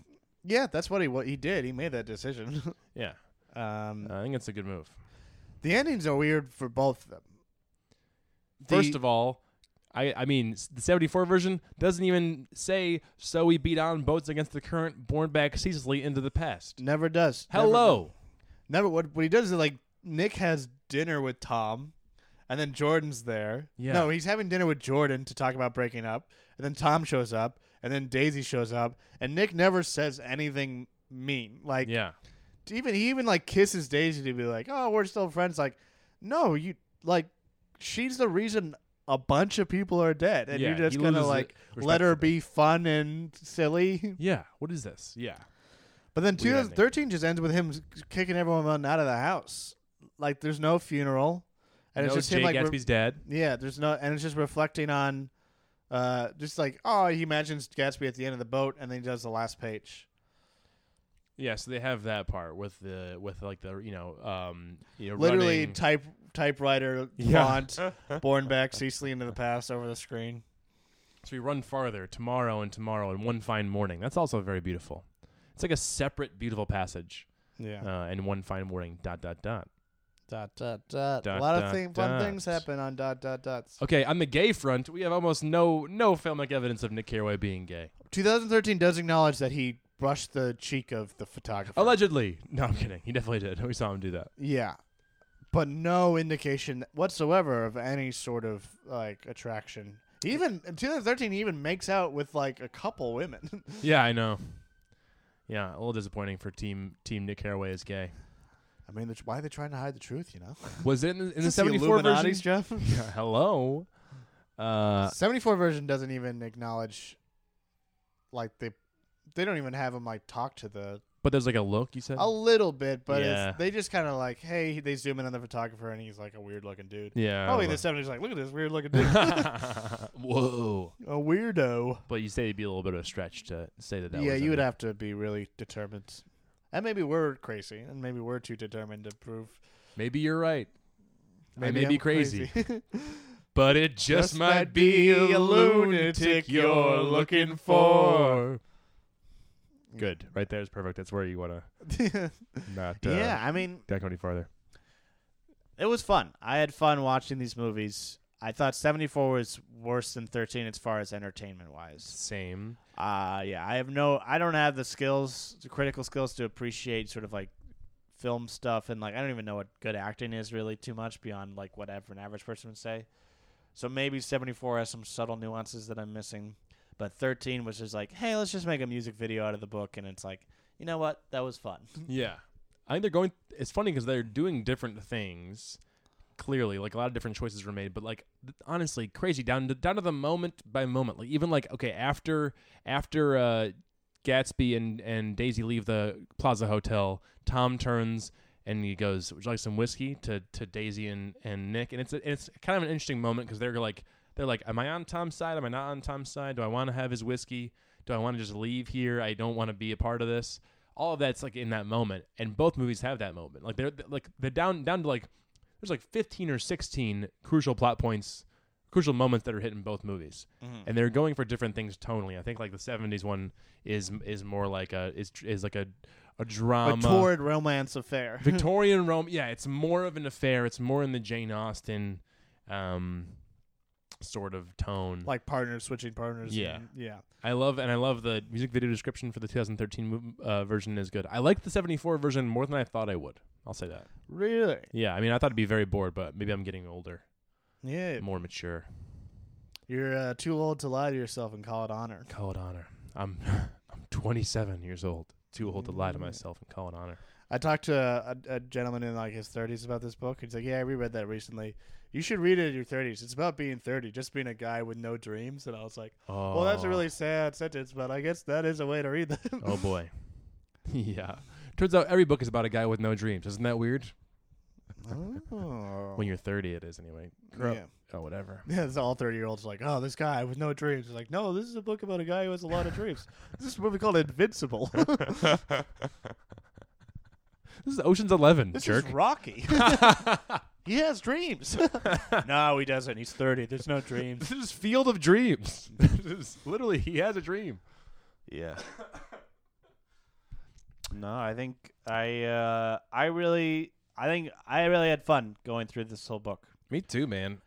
Speaker 3: yeah, that's what he what he did. He made that decision. <laughs>
Speaker 2: Yeah,
Speaker 3: um
Speaker 2: I think it's a good move.
Speaker 3: the endings are weird for both of them.
Speaker 2: First
Speaker 3: The-
Speaker 2: of all, I I mean s- the '74 version doesn't even say so. We beat on boats against the current, borne back ceaselessly into the past.
Speaker 3: Never does. Never does.
Speaker 2: Hello.
Speaker 3: Never. What, what he does is like Nick has dinner with Tom, and then Jordan's there.
Speaker 2: Yeah.
Speaker 3: No, he's having dinner with Jordan to talk about breaking up, and then Tom shows up, and then Daisy shows up, and Nick never says anything mean. Like
Speaker 2: Yeah.
Speaker 3: even he even like kisses Daisy to be like, oh, we're still friends. Like, no, you like she's the reason. A bunch of people are dead, and
Speaker 2: Yeah,
Speaker 3: you're just
Speaker 2: he
Speaker 3: gonna
Speaker 2: loses
Speaker 3: like
Speaker 2: the
Speaker 3: let her
Speaker 2: respect for
Speaker 3: be fun and silly. <laughs>
Speaker 2: Yeah. What is this? Yeah.
Speaker 3: But then
Speaker 2: Weird ending.
Speaker 3: 2013 just ends with him kicking everyone out of the house. Like there's no funeral, and it's
Speaker 2: No,
Speaker 3: just
Speaker 2: Jay
Speaker 3: him like re-
Speaker 2: Gatsby's dad.
Speaker 3: yeah, there's no, and it's just reflecting on, uh, just like oh, he imagines Gatsby at the end of the boat, and then he does the last page.
Speaker 2: Yeah, so they have that part with the with like the you know um you know,
Speaker 3: Literally
Speaker 2: running-
Speaker 3: type typewriter
Speaker 2: <laughs> Yeah.
Speaker 3: font,
Speaker 2: <laughs>
Speaker 3: born back ceaselessly into the past over the screen.
Speaker 2: so we run farther tomorrow and tomorrow and one fine morning. That's also very beautiful. It's like a separate beautiful passage.
Speaker 3: Yeah,
Speaker 2: Uh, and one fine morning. Dot dot dot.
Speaker 3: dot dot dot.
Speaker 2: Dot,
Speaker 3: A lot
Speaker 2: dot,
Speaker 3: of thing, fun
Speaker 2: dot.
Speaker 3: things happen on dot dot dots.
Speaker 2: Okay, on the gay front, we have almost no no filmic evidence of Nick Carraway being gay.
Speaker 3: 2013 does acknowledge that he brushed the cheek of the photographer.
Speaker 2: Oh, Allegedly. No, I'm kidding. He definitely did. <laughs> We saw him do that.
Speaker 3: Yeah. But no indication whatsoever of any sort of like attraction. He Even in 2013, he even makes out with like a couple women. <laughs>
Speaker 2: Yeah, I know. Yeah, a little disappointing for team team Nick Carraway is gay.
Speaker 3: I mean, that's why are they trying to hide the truth? You know,
Speaker 2: Was it in the, in
Speaker 3: <laughs>
Speaker 2: the
Speaker 3: Is this
Speaker 2: 74 version?
Speaker 3: Illuminati's, Jeff.
Speaker 2: <laughs> Hello. Uh
Speaker 3: 74 version doesn't even acknowledge, like they, they don't even have him like talk to the
Speaker 2: but there's like a look you said?
Speaker 3: a little bit, but
Speaker 2: Uh, Yeah.
Speaker 3: it's, they just kind of like, hey, they zoom in on the photographer and he's like a weird looking dude.
Speaker 2: Yeah.
Speaker 3: Probably in
Speaker 2: well.
Speaker 3: the 70s, like look at this weird looking dude,
Speaker 2: <laughs> Whoa.
Speaker 3: a weirdo.
Speaker 2: But you say it'd be a little bit of a stretch to say that that
Speaker 3: yeah,
Speaker 2: was
Speaker 3: you would
Speaker 2: a-
Speaker 3: have to be really determined. And maybe we're crazy, and maybe we're too determined to prove.
Speaker 2: Maybe you're right. Maybe I may
Speaker 3: I'm
Speaker 2: be crazy.
Speaker 3: <laughs>
Speaker 2: But it just,
Speaker 3: Just
Speaker 2: might
Speaker 3: might
Speaker 2: be
Speaker 3: be
Speaker 2: a
Speaker 3: a
Speaker 2: lunatic
Speaker 3: lunatic
Speaker 2: you're
Speaker 3: you're
Speaker 2: looking
Speaker 3: looking
Speaker 2: for. <laughs> Good. Right there is perfect. That's where you want to not uh,
Speaker 3: yeah, I mean,
Speaker 2: not go any farther.
Speaker 1: It was fun. I had fun watching these movies. I thought 74 was worse than 13 as far as entertainment wise.
Speaker 2: Same.
Speaker 1: Uh yeah, I have no I don't have the skills, the critical skills to appreciate sort of like film stuff and like I don't even know what good acting is really too much beyond like whatever an average person would say. So maybe 74 has some subtle nuances that I'm missing, but 13 was just like, "Hey, let's just make a music video out of the book." And it's like, "You know what? That was fun."
Speaker 2: Yeah. I think they're going. It's funny because they're doing different things. Clearly, like a lot of different choices were made, but like th- honestly, crazy down to down to the moment by moment. Like even like okay, after after uh, Gatsby and and Daisy leave the Plaza Hotel, Tom turns and he goes, "Would you like some whiskey?" to to Daisy and and Nick, and it's a, it's kind of an interesting moment because they're like they're like, "Am I on Tom's side? Am I not on Tom's side? Do I want to have his whiskey? Do I want to just leave here? I don't want to be a part of this." All of that's like in that moment, and both movies have that moment. Like they're like they're down down to like there's like 15 or 16 crucial plot points, crucial moments that are hit in both movies, and they're going for different things tonally. I think like the 70s one is is more like a is is like a a drama.
Speaker 3: a torrid romance affair.
Speaker 2: Victorian Rome. Yeah, it's more of an affair. It's more in the Jane Austen um, sort of tone.
Speaker 3: like partners switching partners.
Speaker 2: Yeah.
Speaker 3: and- yeah.
Speaker 2: I love and I love the music video description for the 2013 mov- uh, version is good. I like the 74 version more than I thought I would. I'll say that.
Speaker 3: Really?
Speaker 2: Yeah, I mean I thought it'd be very bored, but maybe I'm getting older,
Speaker 3: Yeah.
Speaker 2: more mature.
Speaker 3: You're uh, too old to lie to yourself and call it honor.
Speaker 2: Call it honor. I'm <laughs> I'm 27 years old. Too old to lie to myself and call it honor.
Speaker 3: I talked to a, a, a gentleman in like his 30s about this book. He's like, "Yeah, I reread that recently. You should read it in your 30s. It's about being 30, just being a guy with no dreams." And I was like,
Speaker 2: Oh,
Speaker 3: "Well, that's a really sad sentence, but I guess that is a way to read them."
Speaker 2: Oh boy. <laughs> yeah. Turns out every book is about a guy with no dreams. Isn't that weird?
Speaker 3: oh. <laughs>
Speaker 2: When you're 30, it is anyway. Grow-
Speaker 3: yeah.
Speaker 2: Oh, whatever.
Speaker 3: <laughs> Yeah, it's all 30 year olds like, oh, this guy with no dreams. It's like, no, this is a book about a guy who has a lot of dreams. This is a movie called Invincible. <laughs>
Speaker 2: This is Ocean's Eleven,
Speaker 3: this
Speaker 2: jerk.
Speaker 3: is
Speaker 2: <laughs>
Speaker 3: Rocky. he has dreams. <laughs> no, he doesn't. He's 30. There's no dreams.
Speaker 2: this is Field of Dreams. <laughs> This is- Literally, he has a dream.
Speaker 1: Yeah. <laughs> no, I think I uh, I really I think I really had fun going through this whole book.
Speaker 2: Me too, man.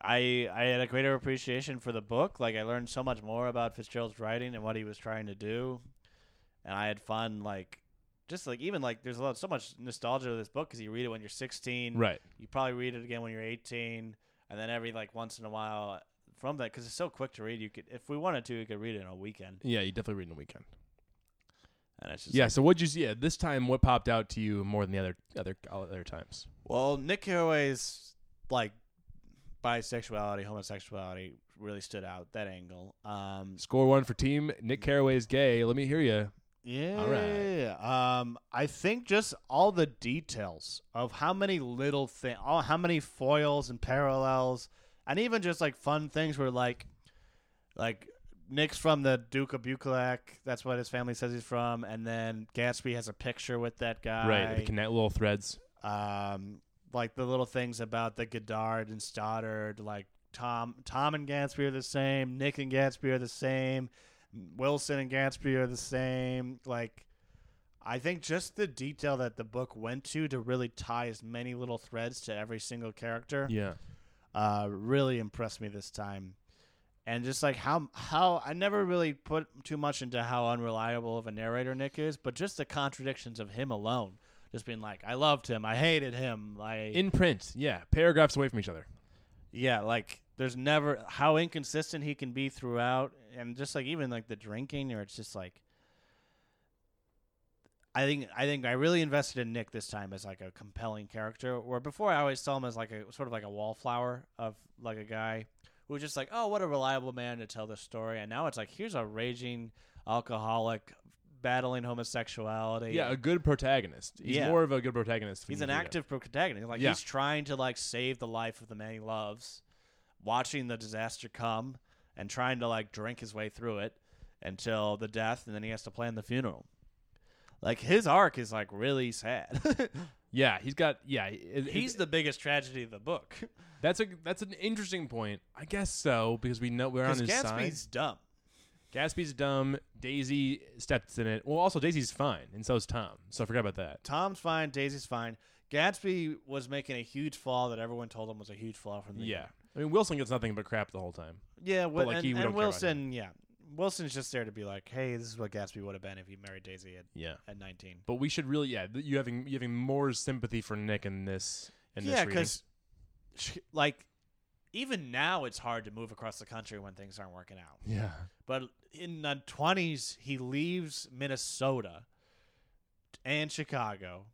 Speaker 1: I I had a greater appreciation for the book. Like I learned so much more about Fitzgerald's writing and what he was trying to do, and I had fun. Like just like even like there's a lot so much nostalgia to this book because you read it when you're 16,
Speaker 2: Right.
Speaker 1: You probably read it again when you're 18, and then every like once in a while from that because it's so quick to read. You could if we wanted to, you could read it in a weekend,
Speaker 2: Yeah, you definitely read in the weekend.
Speaker 1: and it's just
Speaker 2: Yeah. So what'd you see? Yeah, this time, what popped out to you more than the other other other times?
Speaker 1: Well, Nick Carraway's like bisexuality, homosexuality really stood out that angle. Um,
Speaker 2: Score one for team. Nick Carraway's gay. Let me hear you.
Speaker 1: yeah.
Speaker 2: All right.
Speaker 1: Um, I think just all the details of how many little things, how many foils and parallels, and even just like fun things were like, like Nick's from the Duke of Buccleuch. That's what his family says he's from, and then Gatsby has a picture with that guy.
Speaker 2: Right. The connect little threads.
Speaker 1: um, like the little things about the Goddard and Stoddard, like Tom Tom and Gatsby are the same, Nick and Gatsby are the same, Wilson and Gatsby are the same. Like I think just the detail that the book went to to really tie as many little threads to every single character
Speaker 2: Yeah.
Speaker 1: uh, really impressed me this time. And just like how how I never really put too much into how unreliable of a narrator Nick is, but just the contradictions of him alone, just being like, I loved him, I hated him, I
Speaker 2: In print. Yeah. Paragraphs away from each other.
Speaker 1: yeah, like there's never how inconsistent he can be throughout, and just like even like the drinking, or it's just like. I think I think I really invested in Nick this time as like a compelling character. Where before I always saw him as like a sort of like a wallflower of like a guy who was just like, oh, what a reliable man to tell this story. And now it's like here's a raging alcoholic battling homosexuality.
Speaker 2: Yeah. A good protagonist. He's
Speaker 1: Yeah.
Speaker 2: more of a good protagonist. than
Speaker 1: He's an
Speaker 2: Vito.
Speaker 1: active protagonist. Like
Speaker 2: Yeah.
Speaker 1: he's trying to like save the life of the man he loves, watching the disaster come and trying to like drink his way through it until the death, and then he has to plan the funeral. Like his arc is like really sad. <laughs>
Speaker 2: Yeah. He's got. Yeah. it- it-
Speaker 1: he's the biggest tragedy of the book
Speaker 2: That's a that's an interesting point. I guess so because we know we're on
Speaker 1: because
Speaker 2: his side.
Speaker 1: Gatsby's dumb.
Speaker 2: Gatsby's dumb. Daisy steps in it. Well, also Daisy's fine, and so is Tom. So I forgot about that.
Speaker 1: Tom's fine. Daisy's fine. Gatsby was making a huge flaw that everyone told him was a huge flaw from the
Speaker 2: Yeah. I mean, Wilson gets nothing but crap the whole time.
Speaker 1: yeah. Wi-
Speaker 2: like,
Speaker 1: and,
Speaker 2: he- we
Speaker 1: and
Speaker 2: don't care about
Speaker 1: Wilson, yeah, Wilson's just there to be like, hey, this is what Gatsby would have been if he married Daisy at,
Speaker 2: Yeah.
Speaker 1: at nineteen.
Speaker 2: But we should really, yeah, th- you having you having more sympathy for Nick in this. In
Speaker 1: yeah,
Speaker 2: because
Speaker 1: because like even now it's hard to move across the country when things aren't working out.
Speaker 2: yeah,
Speaker 1: But in the twenties, he leaves Minnesota and Chicago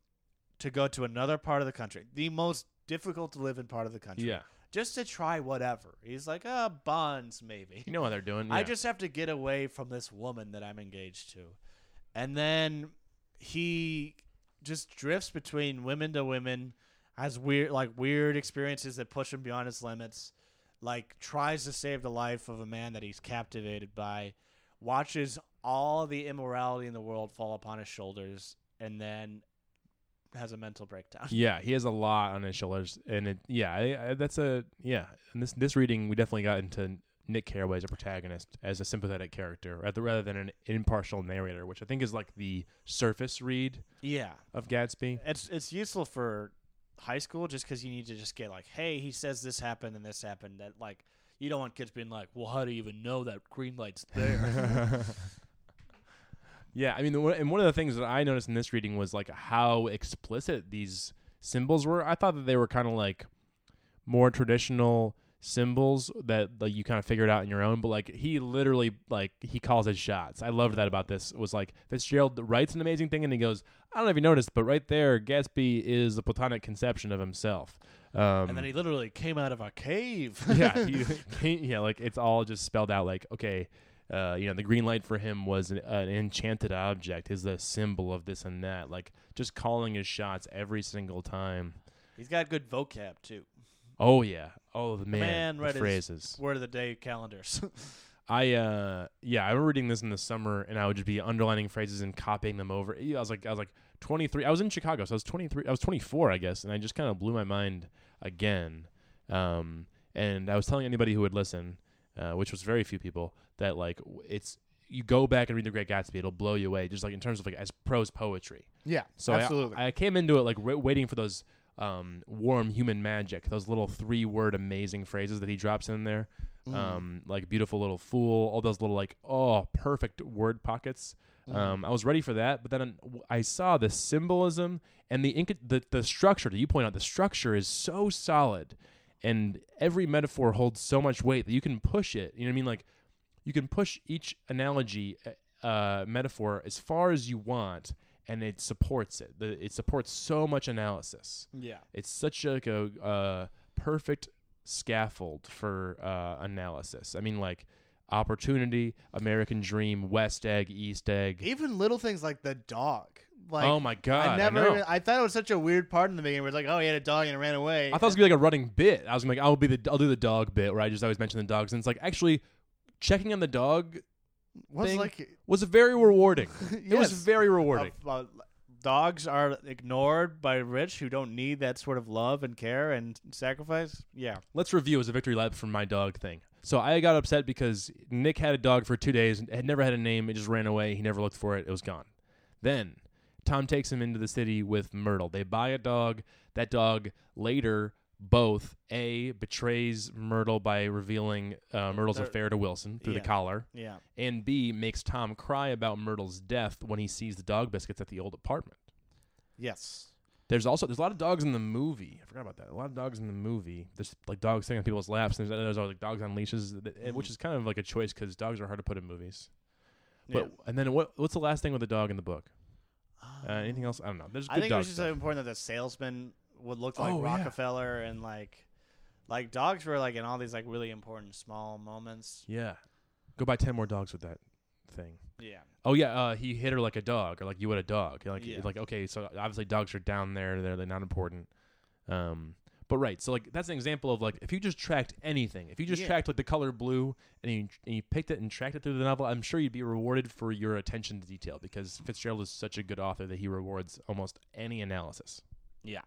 Speaker 1: to go to another part of the country, the most difficult to live in part of the country,
Speaker 2: yeah,
Speaker 1: just to try whatever. He's like, uh, bonds maybe.
Speaker 2: you know what they're doing.
Speaker 1: I
Speaker 2: yeah.
Speaker 1: just have to get away from this woman that I'm engaged to. And then he just drifts between women to women, has weird like weird experiences that push him beyond his limits, like tries to save the life of a man that he's captivated by, watches all the immorality in the world fall upon his shoulders, and then has a mental breakdown.
Speaker 2: yeah, he has a lot on his shoulders, and it, yeah, I, I, that's a yeah. And this this reading, we definitely got into Nick Carraway as a protagonist, as a sympathetic character, rather rather than an impartial narrator, which I think is like the surface read
Speaker 1: <laughs> Yeah.
Speaker 2: of Gatsby.
Speaker 1: It's it's useful for high school just because you need to just get like, hey, he says this happened and this happened. That like you don't want kids being like, well, how do you even know that green light's
Speaker 2: <laughs>
Speaker 1: there?
Speaker 2: Yeah, I mean, the one- and one of the things that I noticed in this reading was like how explicit these symbols were. I thought that they were kind of like more traditional symbols that like you kind of figured out on your own, but like he literally like he calls his shots. I loved that about this. It was like Fitzgerald writes an amazing thing and he goes, "I don't know if you noticed, but right there, Gatsby is the platonic conception of himself." Um,
Speaker 1: and then he literally came out of a cave. <laughs>
Speaker 2: yeah, he, he- yeah, like it's all just spelled out. Like, okay, uh, you know, the green light for him was an, an enchanted object, is the symbol of this and that. Like, just calling his shots every single time.
Speaker 1: He's got good vocab too.
Speaker 2: Oh yeah, oh the man,
Speaker 1: man
Speaker 2: the
Speaker 1: read his-
Speaker 2: phrases.
Speaker 1: Word of the day calendars. <laughs>
Speaker 2: I uh, yeah, I remember reading this in the summer, and I would just be underlining phrases and copying them over. Yeah, I was like, I was like twenty three. I was in Chicago, so I was twenty three. I was twenty four, I guess, and I just kind of blew my mind again. Um, and I was telling anybody who would listen, uh, which was very few people, that like w- it's you go back and read The Great Gatsby, it'll blow you away, just like in terms of like as prose poetry.
Speaker 3: Yeah,
Speaker 2: So I-
Speaker 3: absolutely.
Speaker 2: I, came into it like wa- waiting for those um, warm human magic, those little three word amazing phrases that he drops in there, um, like beautiful little fool, all those little like oh perfect word pockets. Um, I was ready for that, but then w- I saw the symbolism and the inc- the the structure. That you point out, the structure is so solid, and every metaphor holds so much weight that you can push it. You know what I mean? Like you can push each analogy uh, uh, metaphor as far as you want and it supports it the, it supports so much analysis
Speaker 1: yeah.
Speaker 2: it's such like a uh, perfect scaffold for uh, analysis i mean like opportunity american dream west egg east egg
Speaker 3: Even little things like the dog. Like
Speaker 2: oh my god
Speaker 3: I never.
Speaker 2: know.
Speaker 3: even, I thought it was such a weird part in the beginning. Where it's like, oh, he had a dog and it ran away.
Speaker 2: I thought it was gonna be like a running bit. I was gonna be like, I'll be the, I'll do the dog bit where I just always mention the dogs, and it's like actually checking on the dog
Speaker 3: was
Speaker 2: thing
Speaker 3: like
Speaker 2: was very
Speaker 3: <laughs>
Speaker 2: rewarding. It was
Speaker 3: Yes.
Speaker 2: very rewarding.
Speaker 1: Uh, uh, dogs are ignored by rich who don't need that sort of love and care and sacrifice. Yeah.
Speaker 2: let's review as a victory lap for my dog thing. So I got upset because Nick had a dog for two days, had never had a name, it just ran away, he never looked for it, it was gone. Then Tom takes him into the city with Myrtle. They buy a dog. That dog later both A betrays Myrtle by revealing uh, Myrtle's affair to Wilson through
Speaker 1: yeah.
Speaker 2: the collar
Speaker 1: Yeah.
Speaker 2: and B makes Tom cry about Myrtle's death when he sees the dog biscuits at the old apartment.
Speaker 1: Yes.
Speaker 2: There's also there's a lot of dogs in the movie. I forgot about that. A lot of dogs in the movie. There's like dogs sitting on people's laps, and there's, there's always like dogs on leashes, th- eh, which is kind of like a choice because dogs are hard to put in movies. But and then what? What's the last thing with the dog in the book? Uh, anything else? I don't know. There's good
Speaker 1: I think it
Speaker 2: dog
Speaker 1: was just
Speaker 2: stuff.
Speaker 1: important that the salesman would look like
Speaker 2: Oh, yeah.
Speaker 1: Rockefeller and like like dogs were like in all these like really important small moments.
Speaker 2: yeah. Go buy ten more dogs with that thing.
Speaker 1: Yeah.
Speaker 2: Oh yeah, uh, he hit her like a dog, or like you would a dog. Like
Speaker 1: Yeah.
Speaker 2: like okay, so obviously dogs are down there; they're, they're not important. Um, but right, so like that's an example of like if you just tracked anything, if you just
Speaker 1: Yeah.
Speaker 2: tracked like the color blue and you and you picked it and tracked it through the novel, I'm sure you'd be rewarded for your attention to detail because Fitzgerald is such a good author that he rewards almost any analysis.
Speaker 1: Yeah.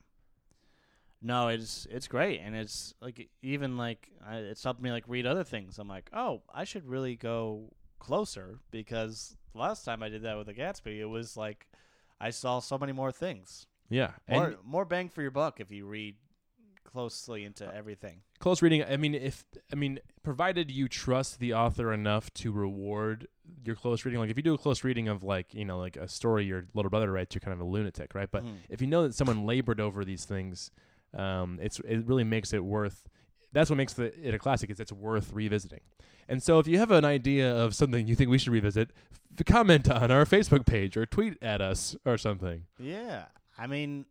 Speaker 1: No, it's it's great and it's like even like I, it's helped me like read other things. I'm like, "Oh, I should really go closer because last time I did that with the Gatsby, it was like I saw so many more things.
Speaker 2: Yeah.
Speaker 1: More,
Speaker 2: And
Speaker 1: more bang for your buck if you read closely into everything.
Speaker 2: close reading, I mean if I mean provided you trust the author enough to reward your close reading, like if you do a close reading of like, you know, like a story your little brother writes, you're kind of a lunatic, right? But
Speaker 1: Mhm.
Speaker 2: if you know that someone labored over these things, um, it's it really makes it worth. That's what makes the, it a classic is it's worth revisiting. And so if you have an idea of something you think we should revisit, f- comment on our Facebook page or tweet at us or something.
Speaker 1: Yeah, I mean,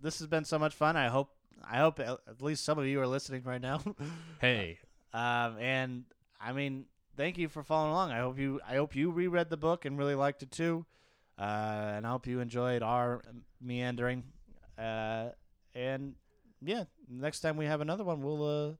Speaker 1: this has been so much fun. I hope I hope at at least some of you are listening right now. <laughs>
Speaker 2: Hey,
Speaker 1: um, and I mean, thank you for following along. I hope you I hope you reread the book and really liked it too. Uh, and I hope you enjoyed our meandering. Uh, and yeah, next time we have another one, we'll uh,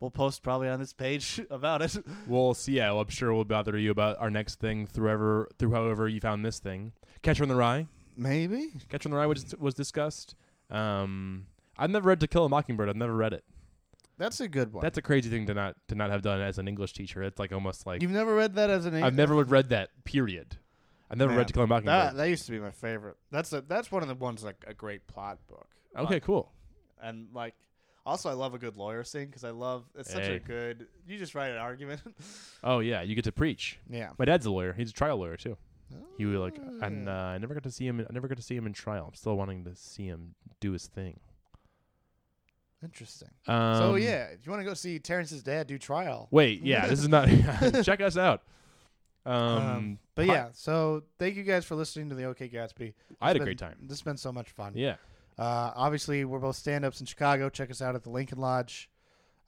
Speaker 1: we'll post probably on this page <laughs> about it.
Speaker 2: we'll see. Yeah, well, I'm sure we'll bother you about our next thing through ever through however you found this thing. Catcher in the Rye.
Speaker 3: Maybe.
Speaker 2: Catcher in the Rye was was discussed. Um, I've never read To Kill a Mockingbird. I've never read it.
Speaker 3: That's a good one.
Speaker 2: That's a crazy thing to not to not have done as an English teacher. It's like almost like
Speaker 3: You've never read that as an
Speaker 2: I've never would read that. Period. I've never
Speaker 3: Man,
Speaker 2: read To Kill a Mockingbird.
Speaker 3: That, that used to be my favorite. That's a, that's one of the ones like a great plot book.
Speaker 2: okay, cool.
Speaker 3: And like also I love a good lawyer scene because I love it's such
Speaker 2: Hey.
Speaker 3: a good you just write an argument. <laughs>
Speaker 2: Oh yeah, you get to preach.
Speaker 3: yeah.
Speaker 2: My dad's a lawyer. He's a trial lawyer too.
Speaker 3: Oh,
Speaker 2: He was like,
Speaker 3: Mm.
Speaker 2: and uh, I never got to see him. I never got to see him in trial. I'm still wanting to see him do his thing.
Speaker 3: Interesting.
Speaker 2: Um,
Speaker 3: so yeah, if you want to go see Terrence's dad do trial.
Speaker 2: Wait, yeah, this is
Speaker 3: <laughs>
Speaker 2: not. <laughs> check us out. Um,
Speaker 3: Um, But
Speaker 2: hi-
Speaker 3: yeah, so thank you guys for listening to the OK Gatsby.
Speaker 2: I had a
Speaker 3: It's
Speaker 2: great
Speaker 3: been-
Speaker 2: time.
Speaker 3: This has been so much fun.
Speaker 2: Yeah,
Speaker 3: Uh, obviously, we're both stand-ups in Chicago. Check us out at the Lincoln Lodge.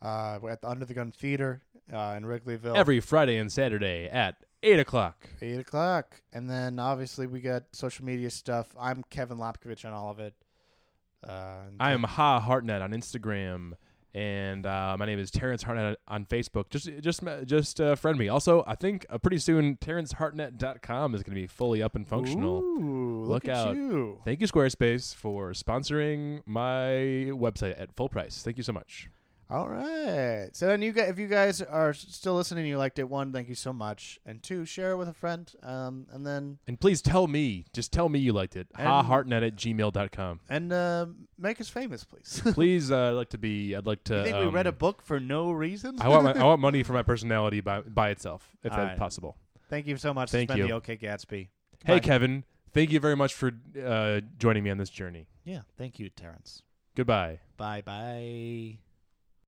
Speaker 3: Uh, we're at the Under the Gun Theater uh, in Wrigleyville.
Speaker 2: every Friday and Saturday at eight o'clock.
Speaker 3: Eight o'clock. And then obviously we got social media stuff. I'm Kevin Lopkovich on all of it. Uh, and
Speaker 2: I am Ha Hartnett on Instagram, and uh, my name is Terrence Hartnett on Facebook. Just, just, just uh, friend me. Also, I think uh, pretty soon TerrenceHartnett.com is going to be fully up and functional.
Speaker 3: Ooh, look,
Speaker 2: Look
Speaker 3: at
Speaker 2: out.
Speaker 3: you.
Speaker 2: Thank you, Squarespace, for sponsoring my website at full price. Thank you so much.
Speaker 3: All right. So then you guys, if you guys are s- still listening, you liked it. One, thank you so much. And two, share it with a friend. Um, and then
Speaker 2: And please tell me, just tell me you liked it. Ha
Speaker 3: And-
Speaker 2: Hartnett at gmail.com.
Speaker 3: and uh, make us famous, please. <laughs>
Speaker 2: Please, uh, I'd like to be, I'd like to.
Speaker 1: I think we
Speaker 2: um,
Speaker 1: read a book for no reason.
Speaker 2: I want, my, I want money for my personality by, by itself, if
Speaker 1: All
Speaker 2: that's
Speaker 1: right.
Speaker 2: possible.
Speaker 3: <laughs> thank you so much.
Speaker 2: Thank
Speaker 3: it's been
Speaker 2: you.
Speaker 3: the OK Gatsby.
Speaker 2: Hey,
Speaker 3: Bye.
Speaker 2: Kevin, thank you very much for uh, joining me on this journey.
Speaker 1: Yeah, thank you, Terrence.
Speaker 2: Goodbye.
Speaker 1: Bye bye.